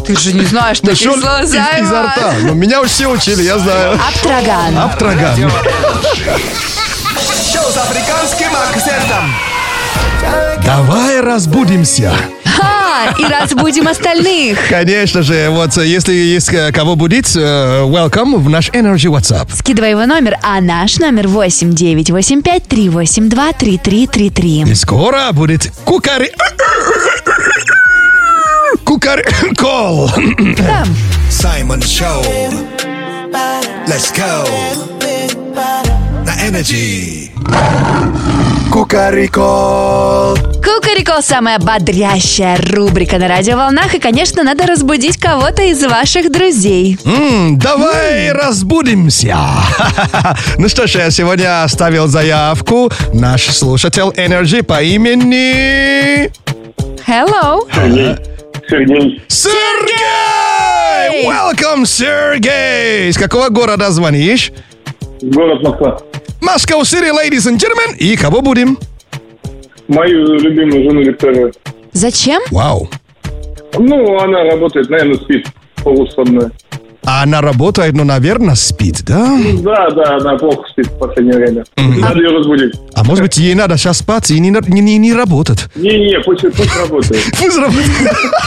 S2: Ты же не знаешь
S1: Да
S2: таких
S1: шел
S2: слов,
S1: из-
S2: Саймон.
S1: изо рта. Ну, меня уж все учили, я знаю.
S2: Аптраган.
S1: Аптраган.
S9: Шоу с африканским акцентом.
S1: Давай разбудимся.
S2: Ха, и разбудим остальных.
S1: Конечно же, вот э, если есть э, кого будить, э, welcome в наш Energy WhatsApp.
S2: Скидывай его номер, а наш номер 8985-382-3333.
S1: И скоро будет кукари... Кукари... Кол.
S6: Саймон Шоу. Let's go. На Energy.
S9: Кукарикол.
S2: Кукарико – самая бодрящая рубрика на радиоволнах. И, конечно, надо разбудить кого-то из ваших друзей.
S1: М, Давай разбудимся. Ну что ж, я сегодня оставил заявку наш слушатель Energy по имени...
S2: Hello.
S10: Сергей.
S1: Сергей! Welcome, Сергей! Из какого города звонишь?
S10: Город Москва.
S1: Moscow City, ladies and gentlemen. И кого будем?
S10: Мою любимую жену Викторию.
S2: Зачем?
S1: Вау.
S10: Ну, она работает, наверное, спит полусонная.
S1: А она работает, но, наверное, спит, да?
S10: Да, да, она плохо спит в последнее время. Надо ее разбудить.
S1: А может быть, ей надо сейчас спать и не, на- не, не- не работать?
S10: Не-не, пусть, пусть работает.
S1: Пусть работает.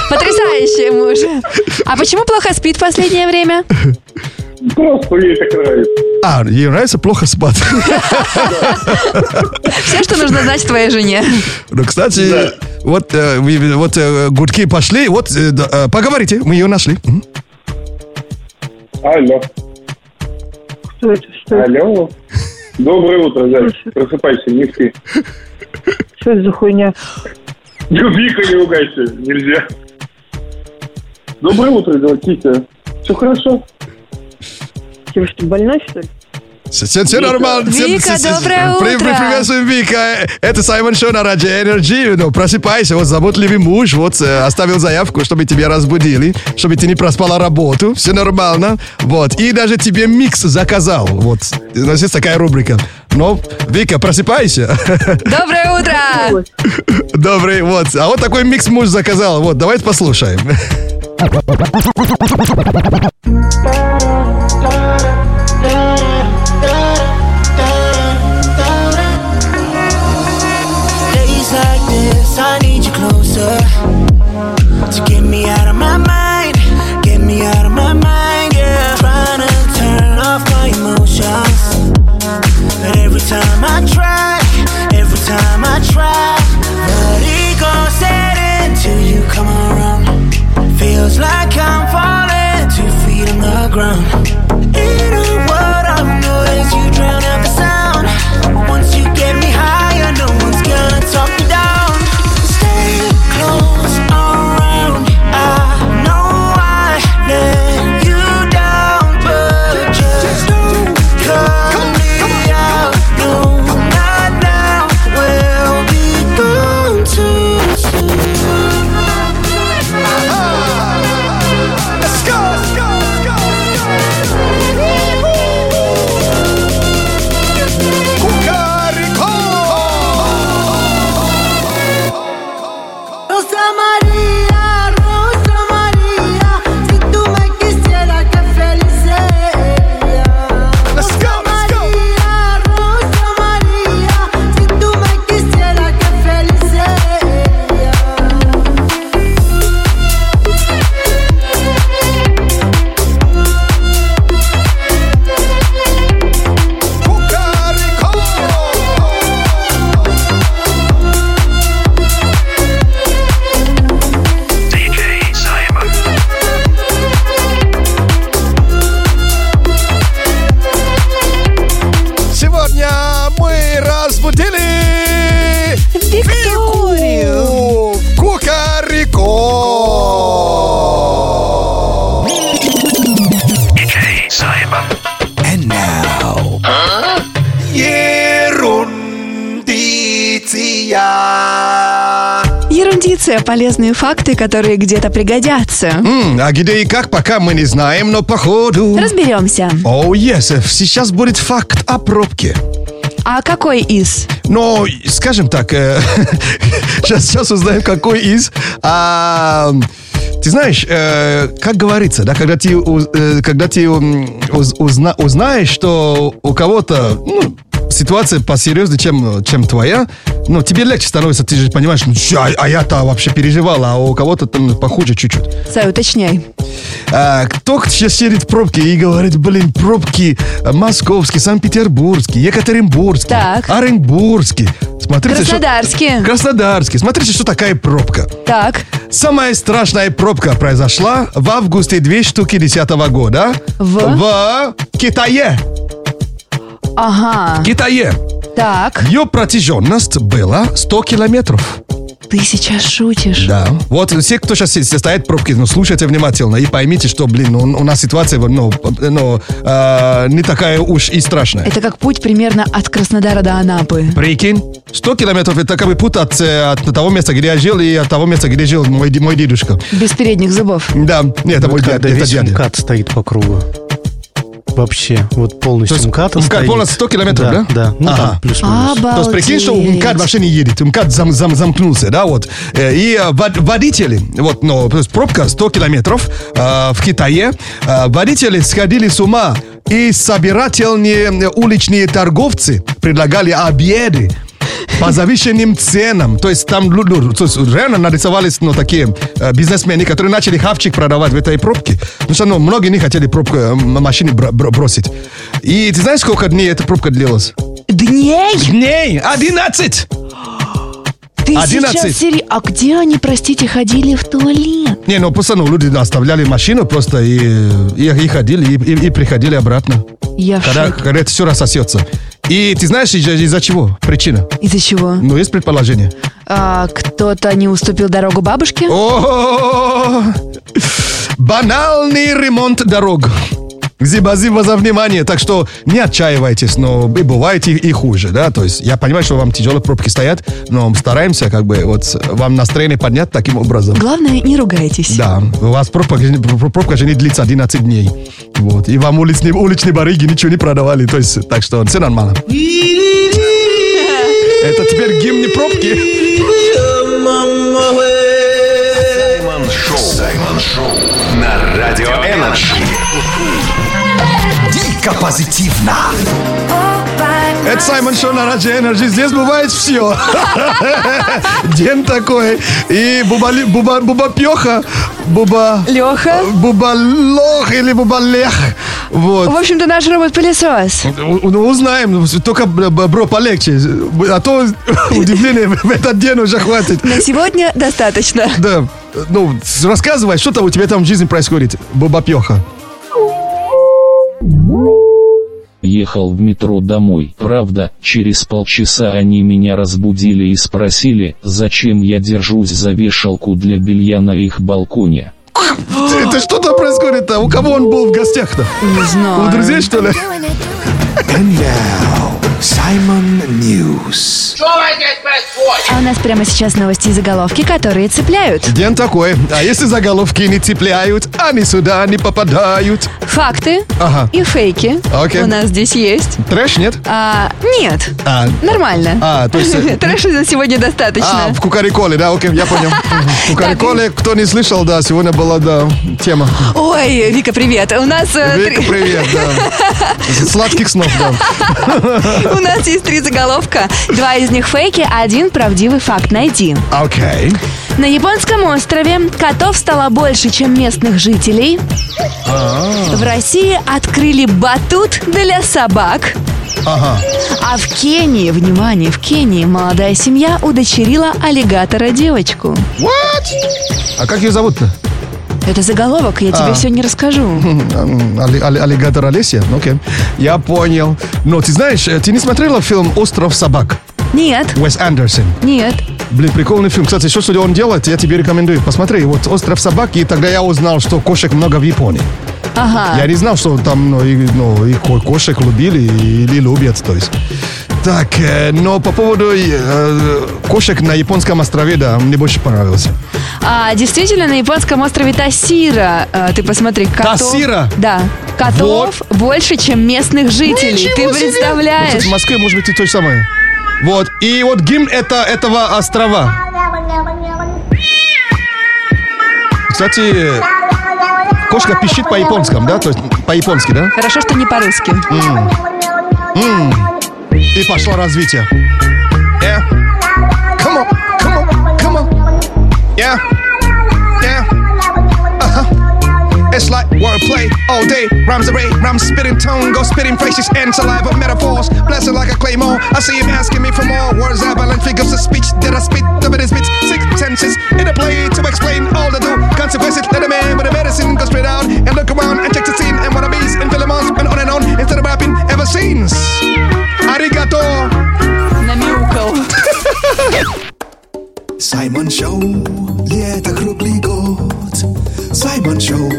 S2: Потрясающий муж. А почему плохо спит в последнее время?
S10: Просто ей так нравится.
S1: А, ей нравится плохо спать.
S2: Все, что нужно знать твоей жене.
S1: Ну, кстати, вот, э, вы- вы- вот э, гудки пошли. Вот, э, да, э, поговорите, мы ее нашли. М.
S10: Алло. Алло. Доброе утро, зайчик. Просыпайся, не спи.
S13: Что это за хуйня?
S10: Вика, не ругайся, нельзя. Доброе утро, Золотица. Все хорошо?
S13: Ты что, больной, что ли?
S1: Все, все
S13: Вика.
S1: нормально. Все-
S13: Вика,
S1: все- все-
S13: доброе
S1: При-
S13: утро.
S1: при- Приветствуем, Вика. Э, Это Саймон Шоу на Радио Энерджи. Ну, просыпайся. Вот заботливый муж вот э, оставил заявку, чтобы тебя разбудили, чтобы ты не проспала работу. Все нормально. Вот. И даже тебе микс заказал. Вот. У нас есть такая рубрика. Но, Вика, просыпайся.
S2: Доброе утро!
S1: Добрый, вот. А вот такой микс муж заказал. Вот, давайте послушаем.
S12: Days like this, I need you closer to get me out of my mind, get me out of my mind. Yeah, trying to turn off my emotions, but every time I try, every time I try, what it goes set until you come around. Feels like I'm falling two feet on the ground. In a world of noise, you drown out the sound. Once you get me higher, no one's gonna talk me down. Stay close around. I know I let you down, but just don't cut me out. No, not now. We'll be gone too soon. Let's go, let's go, let's go,
S5: Rosa María, Rosa María, si tú me quisieras, qué feliz sería. Rosa María, Rosa María, si tú me quisieras, qué feliz sería.
S1: Сегодня мы разбудили Викторию Кукарико.
S3: And now...
S9: Ерундиция.
S2: Ерундиция, полезные факты, которые где-то пригодятся.
S1: М, А где и как, пока мы не знаем, но походу...
S2: Разберемся.
S1: Оу, yes, э, сейчас будет факт о пробке.
S2: А какой из?
S1: Но, скажем так, сейчас, узнаем, какой из. А, ты знаешь, э, как говорится, да, когда ты, уз- э, когда ты м, уз- узна- узнаешь, что у кого-то ну, ситуация посерьезнее, чем, чем твоя, ну, тебе легче становится, ты же понимаешь, ну, чё, а, а я-то вообще переживала, а у кого-то там похуже чуть-чуть.
S2: Сай, уточняй.
S1: А, кто сейчас сидит в пробке и говорит, блин, пробки э, московский, санкт-петербургский, екатеринбургский, оренбургский. Смотрите, что-
S2: Краснодарский.
S1: Краснодарский. Смотрите, что такая пробка.
S2: Так.
S1: Самая страшная пробка произошла в августе 2010 года
S2: В?
S1: в Китае.
S2: Ага.
S1: В Китае.
S2: Так.
S1: Ее протяженность была 100 километров.
S2: Ты сейчас шутишь.
S1: Да. Вот все, кто сейчас стоит в пробке, ну, слушайте внимательно и поймите, что, блин, ну, у нас ситуация, ну, ну, э, не такая уж и страшная.
S2: Это как путь примерно от Краснодара до Анапы.
S1: Прикинь, 100 километров это как бы путь от, э, от того места, где я жил, и от того места, где жил мой, ди- мой дедушка.
S2: Без передних зубов.
S1: Да, нет, это мой дядя.
S16: Когда
S1: Это
S16: Ну, весь
S1: дядя.
S16: МКАД стоит по кругу. Вообще, вот полностью МКАД
S1: МКАД
S16: стоит.
S1: полностью 100 километров, да?
S16: Да, ну
S1: Ага.
S16: там плюс-минус.
S1: То есть прикинь, что МКАД вообще не едет, МКАД зам- зам- замкнулся, да, вот. Э, И э, вод- водители, вот, ну, то есть пробка 100 километров э, в Китае, Э, водители сходили с ума, и собирательные э, уличные торговцы предлагали обеды по завышенным ценам. То есть там лю- лю- то есть реально нарисовались ну, такие э, бизнесмены, которые начали хавчик продавать в этой пробке. Потому что ну, многие не хотели пробку э, м- машины бро- бро- бросить. И ты знаешь, сколько дней эта пробка длилась?
S2: Дней?
S1: Дней! 11!
S2: Ты
S1: 11.
S2: сейчас сери- А где они, простите, ходили в туалет?
S1: Не, ну просто ну, люди оставляли машину просто и, и, и ходили, и, и- и приходили обратно.
S2: Я в
S1: когда,
S2: шоке.
S1: когда это все рассосется. И ты знаешь, из- из-за чего? Причина.
S2: Из-за чего?
S1: Ну, есть предположение.
S2: А, кто-то не уступил дорогу бабушке?
S1: О, банальный ремонт дорог. Зиба-зиба за внимание, так что не отчаивайтесь, но и бывает и, и хуже, да, то есть я понимаю, что вам тяжелые пробки стоят, но мы стараемся как бы вот вам настроение поднять таким образом.
S2: Главное, не ругайтесь.
S1: Да, у вас пробка, пробка же не длится 11 дней, вот, и вам уличные, уличные барыги ничего не продавали, то есть, так что все нормально. Это теперь гимн не пробки.
S4: Саймон Шоу. Саймон Шоу на Радио Энерджи.
S1: Дико позитивно. Это Саймон Шоу на Радио Энерджи. Здесь бывает все. День такой. И бубали- буба- бубапёха, буба...
S2: Леха.
S1: э, Бубалох или бубалех. Вот.
S2: В общем-то, наш робот-пылесос.
S1: У- у- Ну, узнаем. Только, б- б- бро, полегче. А то удивление в этот день уже хватит.
S2: На сегодня достаточно.
S1: Да. Ну, с- рассказывай, что там у тебя там в жизни происходит, бубапёха.
S8: Ехал в метро домой. Правда, через полчаса они меня разбудили и спросили, зачем я держусь за вешалку для белья на их балконе.
S1: Это что там происходит-то? У кого он был в гостях-то?
S2: Не знаю.
S1: У друзей, что ли?
S3: Саймон Ньюс.
S2: А у нас прямо сейчас новости и заголовки, которые цепляют.
S1: День такой. А если заголовки не цепляют, они сюда не попадают.
S2: Факты
S1: Ага.
S2: и фейки
S1: Окей.
S2: у нас здесь есть.
S1: Трэш нет?
S2: А, нет,
S1: А,
S2: нормально.
S1: А, то есть, э,
S2: Трэша на сегодня достаточно.
S1: а, в Кукариколе, да, окей, я понял. В Кукариколе, кто не слышал, да, сегодня была, да, тема.
S2: Ой, Вика, привет. У нас, э,
S1: Вика,
S2: три-
S1: привет, да. Сладких снов, да.
S2: у нас есть три заголовка. Два из них фейки, а один правдивый факт. Найди.
S1: Окей.
S2: На японском острове котов стало больше, чем местных жителей.
S1: А.
S2: В России открыли батут для собак.
S1: Ага.
S2: А в Кении, внимание, в Кении молодая семья удочерила аллигатора девочку.
S1: А как ее зовут-то?
S2: Это заголовок, я тебе
S1: А.
S2: все не расскажу.
S1: М, али- али- Аллигатор Олеся? Ну, Окей. Я понял. Но ты знаешь, э, ты не смотрела фильм «Остров собак»?
S2: Нет,
S1: Уэс Андерсон.
S2: нет.
S1: Блин, прикольный фильм. Кстати, что, что он делает, я тебе рекомендую. Посмотри, вот «Остров собак», и тогда я узнал, что кошек много в Японии. Я
S2: Ага.
S1: не знал, что там ну, и, ну, и ко- кошек любили или любят, то есть. Так, э, но по поводу э, кошек на японском острове, да, мне больше понравился.
S2: А действительно, на японском острове Тасира, э, ты посмотри, котов...
S1: Тасира?
S2: Да. Котов больше, чем местных жителей.
S1: Ничего
S2: ты
S1: себе! Ну,
S2: представляешь?
S1: кстати, в Москве, может быть, и то же самое. Вот, и вот гимн это, этого острова. Кстати, кошка пищит по-японскому, да? То есть по-японски, да?
S2: Хорошо, что не по-русски.
S1: М. И пошло развитие. Э. Come on, come on, come on. Yeah. Yeah. Uh-huh. It's like wordplay all day. Rhymes array, rhymes spitting tongue, go spitting faces and saliva metaphors. Blessing like a claymore. I see him asking me for more words, avalanche figures of speech that I spit. The bit is six senses in a play to explain all the do consequences. Let a man with a medicine go straight out and look around and check the scene and wannabes and Philemon's and on and on instead of rapping ever since. Arigato.
S2: Намяукал.
S3: Саймон Шоу. Лето круглый год. Саймон Шоу.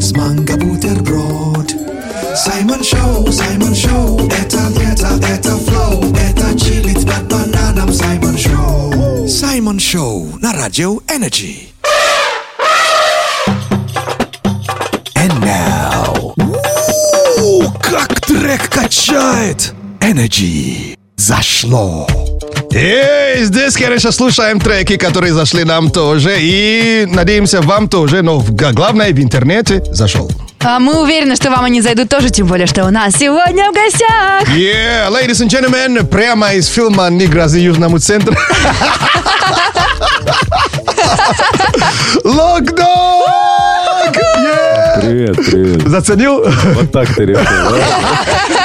S3: С манго бутерброд. Саймон Шоу, Саймон Шоу. Это лето, это флоу. Это чилит под бананом. Саймон Шоу. Саймон Шоу на Радио Энерджи. And now. Уу, как трек качает. Energy. Зашло.
S1: Эй, здесь, конечно, слушаем треки, которые зашли нам тоже. И надеемся, вам тоже. Но в- г- главное, в интернете зашел.
S2: А мы уверены, что вам они зайдут тоже, тем более, что у нас сегодня в гостях.
S1: Yeah, ladies and gentlemen, прямо из фильма «Не грози Южному центру». Локдог!
S17: Привет, привет.
S1: Заценил?
S17: Вот так ты решил, да?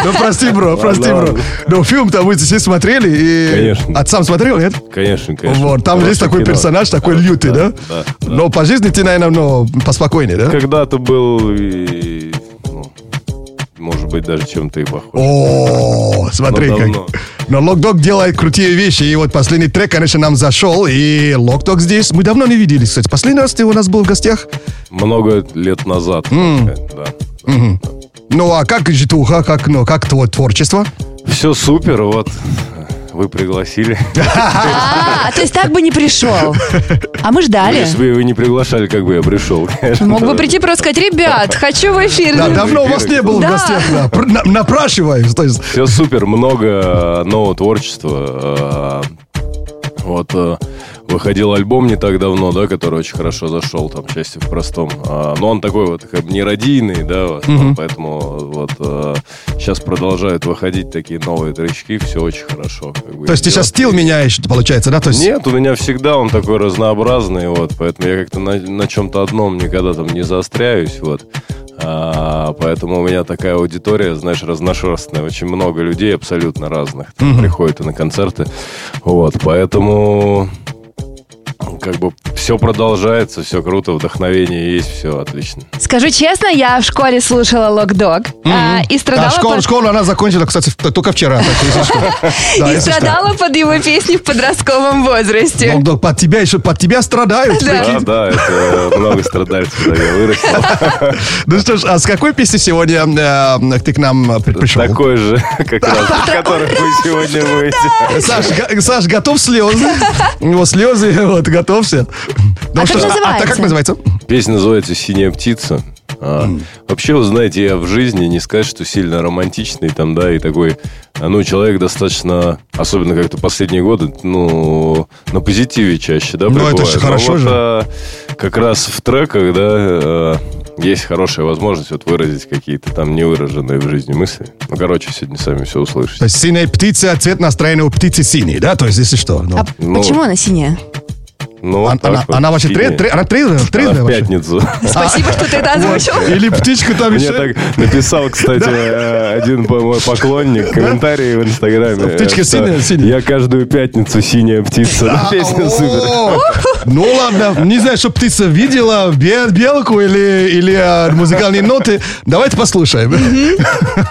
S1: Ну, прости, бро, прости, бро.
S17: Ладно.
S1: Но фильм-то вы все смотрели. и-
S17: Конечно.
S1: А ты сам смотрел, нет?
S17: Конечно, конечно.
S1: Вот, там есть
S17: Хорошее
S1: такой
S17: кино.
S1: персонаж, такой лютый, да?
S17: да, да.
S1: Но по жизни ты, наверное, ну, поспокойнее, да?
S17: Когда-то был, и, ну, может быть, даже чем-то и похож.
S1: О, Смотри,
S3: Но
S1: как.
S3: давно.
S1: Но Локдог делает крутые вещи. И вот последний трек, конечно, нам зашел. И Локдог здесь. Мы давно не виделись, кстати. Последний раз ты у нас был в гостях.
S3: Много лет назад.
S1: М.
S3: э, Да.
S1: Мгм. Ну а как житуха, как, ну, как твое творчество?
S3: Все супер, вот. Вы пригласили.
S2: А, то есть так бы не пришел. А мы ждали.
S3: Если бы вы не приглашали, как бы я пришел, конечно.
S2: Мог бы прийти просто сказать, ребят, хочу в эфир.
S1: Да, давно у вас не было в
S2: Да.
S1: гостях. да. Пр- на- Напрашиваюсь. То есть,
S3: Все супер, много э, нового творчества. э, Вот э, выходил альбом не так давно, да, который очень хорошо зашел, там, счастье в простом. А, Но он такой вот как бы нерадийный, да, вот,
S1: Мгм.
S3: поэтому вот сейчас продолжают выходить такие новые тречки, все очень хорошо. как бы.
S1: то есть ты
S3: Я-
S1: сейчас стил меняешь, получается, да? То есть,
S3: Нет, у меня всегда он такой разнообразный, вот, поэтому я как-то на, на чем-то одном никогда там не заостряюсь, вот. А, поэтому у меня такая аудитория, знаешь, разношерстная, очень много людей абсолютно разных там,
S1: Мгм.
S3: приходят и на концерты, вот, поэтому как бы все продолжается, все круто, вдохновение есть, все отлично.
S2: Скажу честно, я в школе слушала лок-дог а, и страдала,
S1: А школу,
S2: под-
S1: школу она закончила, кстати, в- только вчера. так что, если что. Да,
S2: и
S1: если что.
S2: страдала под его песни в подростковом возрасте. А
S1: Локдог, под тебя еще, под тебя страдают.
S3: Да,
S1: прикинь.
S3: да, это много страдальцев, когда я вырос.
S1: Ну что ж, а с какой песни сегодня э, ты к нам э, при- пришел?
S3: Такой же, как раз, который вы сегодня будете.
S1: Саш, га- Саш, готов слезы? У него слезы, вот, готовься. Ну
S2: как
S1: ж, а
S2: называется?
S1: так как называется?
S3: Песня называется «Синяя птица». А, Вообще, вы знаете, я в жизни не сказать, что сильно романтичный там, да, и такой, а, ну, человек достаточно, особенно как-то последние годы, ну, на позитиве чаще, да,
S1: Ну, это
S3: пребывает.
S1: же хорошо
S3: Но вот,
S1: же.
S3: а, как раз в треках, да, э, есть хорошая возможность вот выразить какие-то там невыраженные в жизни мысли. Ну, короче, сегодня сами все услышите.
S1: То есть синяя птица, цвет настроения у птицы синий, да? То есть если что. ну.
S3: Ну,
S2: Почему она синяя?
S3: Ну,
S1: Она-
S3: так
S1: А она,
S3: вот,
S1: она вообще
S3: синяя.
S1: трезвая? Она трезвая
S3: Она
S1: трезвая
S3: в
S1: вообще?
S3: пятницу.
S1: а,
S2: Спасибо, что ты это озвучил.
S1: Или птичка там
S3: Мне
S1: еще?
S3: так написал, кстати, э, один по- мой поклонник комментарий в Инстаграме.
S1: Птичка
S3: э, что
S1: синяя, синяя.
S3: Я каждую пятницу синяя птица. Да, Песня супер.
S1: О, Ну ладно, не знаю, что птица видела, бе- белку или, или э, музыкальные ноты. Давайте послушаем.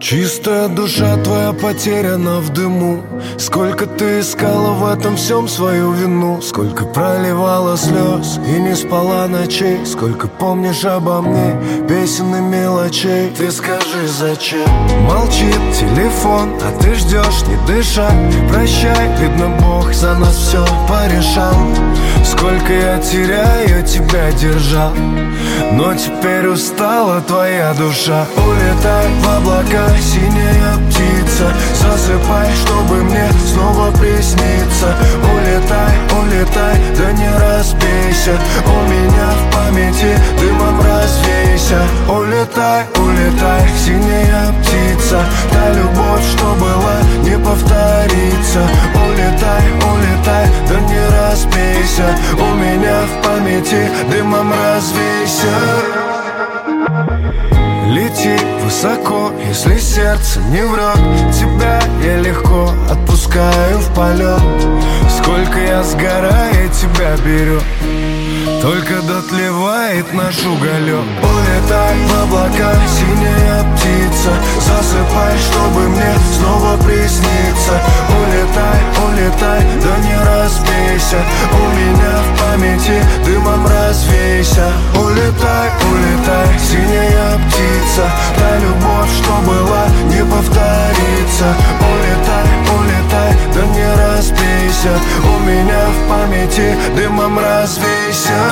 S10: Чистая душа твоя потеряна в дыму Сколько ты искала в этом всем свою вину Сколько проливала слез и не спала ночей Сколько помнишь обо мне песен и мелочей Ты скажи зачем Молчит телефон, а ты ждешь, не дыша Прощай, видно Бог за нас все порешал Сколько я теряю, тебя держал Но теперь устала твоя душа Улетай в облака, синяя птица Засыпай, чтобы мне снова присниться Улетай, улетай, да не разбейся У меня в памяти дымом развейся Улетай, улетай, синяя птица Та любовь, что была, не повторится Улетай, улетай, да не разбейся У меня в памяти дымом развейся Лети высоко, если сердце не врет Тебя я легко отпускаю в полет Сколько я сгораю, тебя беру только дотлевает наш уголек Улетай в облака, синяя птица Засыпай, чтобы мне снова присниться Улетай, улетай, да не разбейся У меня в памяти дымом развейся Улетай, улетай, синяя птица Та любовь, что была, не повторится Улетай, улетай, да не разбейся У меня в памяти дымом развейся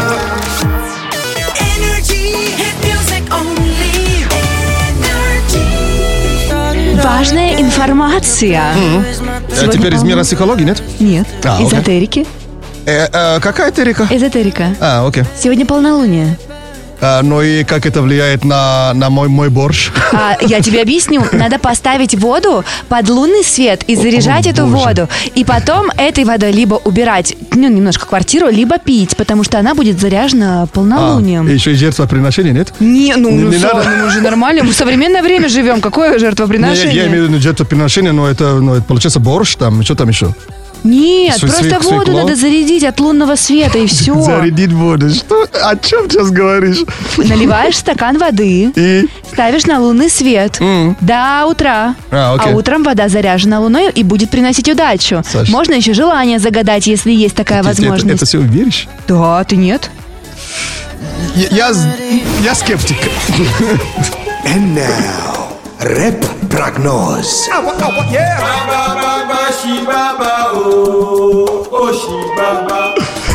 S2: Важная информация.
S1: Э, Теперь из мира психологии, нет?
S2: Нет.
S1: А, окей.
S2: Эзотерики.
S1: Э, э, Какая ты река?
S2: Эзотерика.
S1: А, окей.
S2: Сегодня полнолуние.
S1: А, ну и как это влияет на, на мой, мой борщ?
S2: А, я тебе объясню. Надо поставить воду под лунный свет и заряжать эту воду. И потом этой водой либо убирать, ну, немножко квартиру, либо пить, потому что она будет заряжена
S1: А,
S2: полнолунием.
S1: и еще и жертвоприношение, нет?
S2: Не, ну,
S1: Не-
S2: ну
S1: не
S2: всё,
S1: надо?
S2: ну, мы же нормально, мы в современное время живем. Какое
S1: Не,
S2: жертвоприношение?
S1: я, я имею в виду жертвоприношение, но это, ну, это получается борщ, там, и что там еще?
S2: Нет,
S1: Свой-
S2: просто
S1: свой- свой
S2: воду
S1: клон?
S2: надо зарядить от лунного света и все.
S1: Зарядить воду. Что? О чем сейчас говоришь?
S2: Наливаешь стакан воды, ставишь на лунный свет до утра.
S1: А, окей.
S2: утром вода заряжена луной и будет приносить удачу.
S1: Саш.
S2: Можно еще желание загадать, если есть такая
S1: Ты- ты это-
S2: возможность.
S1: Это все веришь?
S2: Да, ты нет?
S1: Я, я з- я скептик.
S3: And now, рэп прогноз.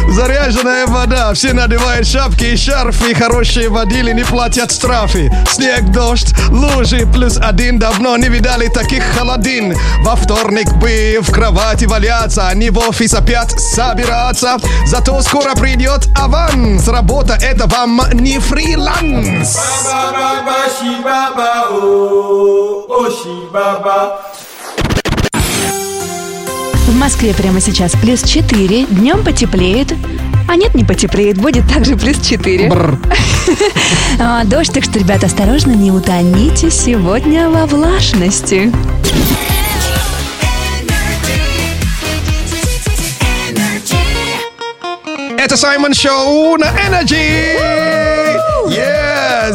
S1: Заряженная вода, все надевают шапки и шарфы, хорошие водили не платят штрафы. Снег, дождь, лужи, плюс один, давно не видали таких холодин. Во вторник бы в кровати валяться, они в офис опять собираться. Зато скоро придет аванс, работа это вам не фриланс.
S2: В Москве прямо сейчас плюс 4, днем потеплеет. А нет, не потеплеет, будет также плюс 4. А, Дождь, так что, ребят, осторожно, не утоните сегодня во влажности.
S1: Это Саймон Шоу на Energy! Yeah!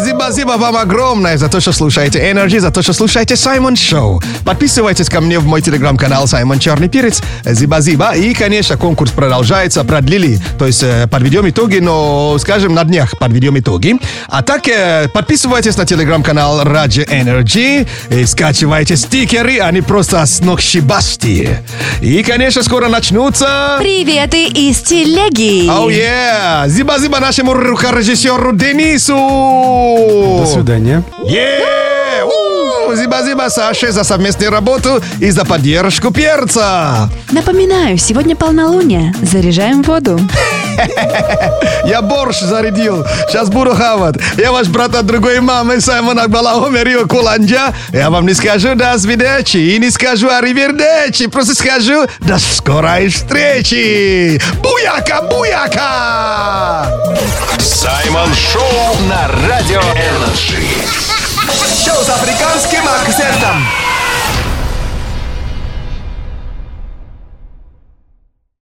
S1: Зиба-зиба вам огромное за то, что слушаете Energy, за то, что слушаете Саймон Шоу. Подписывайтесь ко мне в мой телеграм-канал Саймон Черный Перец. Зиба-зиба. И, конечно, конкурс продолжается, продлили. То есть э, подведем итоги, но, скажем, на днях подведем итоги. А так, э, подписывайтесь на телеграм-канал Раджи Energy и скачивайте стикеры, они просто сногсшибастие. И, конечно, скоро начнутся...
S2: Приветы из телеги!
S1: Оу, Oh, yeah! Зиба-зиба нашему рукорежиссеру Денису!
S16: До свидания.
S1: Yeah! У, Зиба-зиба Саше за совместную работу и за поддержку перца!
S2: Напоминаю, сегодня полнолуние. Заряжаем воду.
S1: Я борщ зарядил, сейчас буду хавать. Я ваш брат от другой мамы, Саймон Акбалаоме Рио Куланджа. Я вам не скажу до свидачи и не скажу аривердечи, просто скажу до скорой встречи! Буяка, буяка!
S4: Саймон Шоу на Радио Энерджи.
S1: Шоу с африканским акцентом.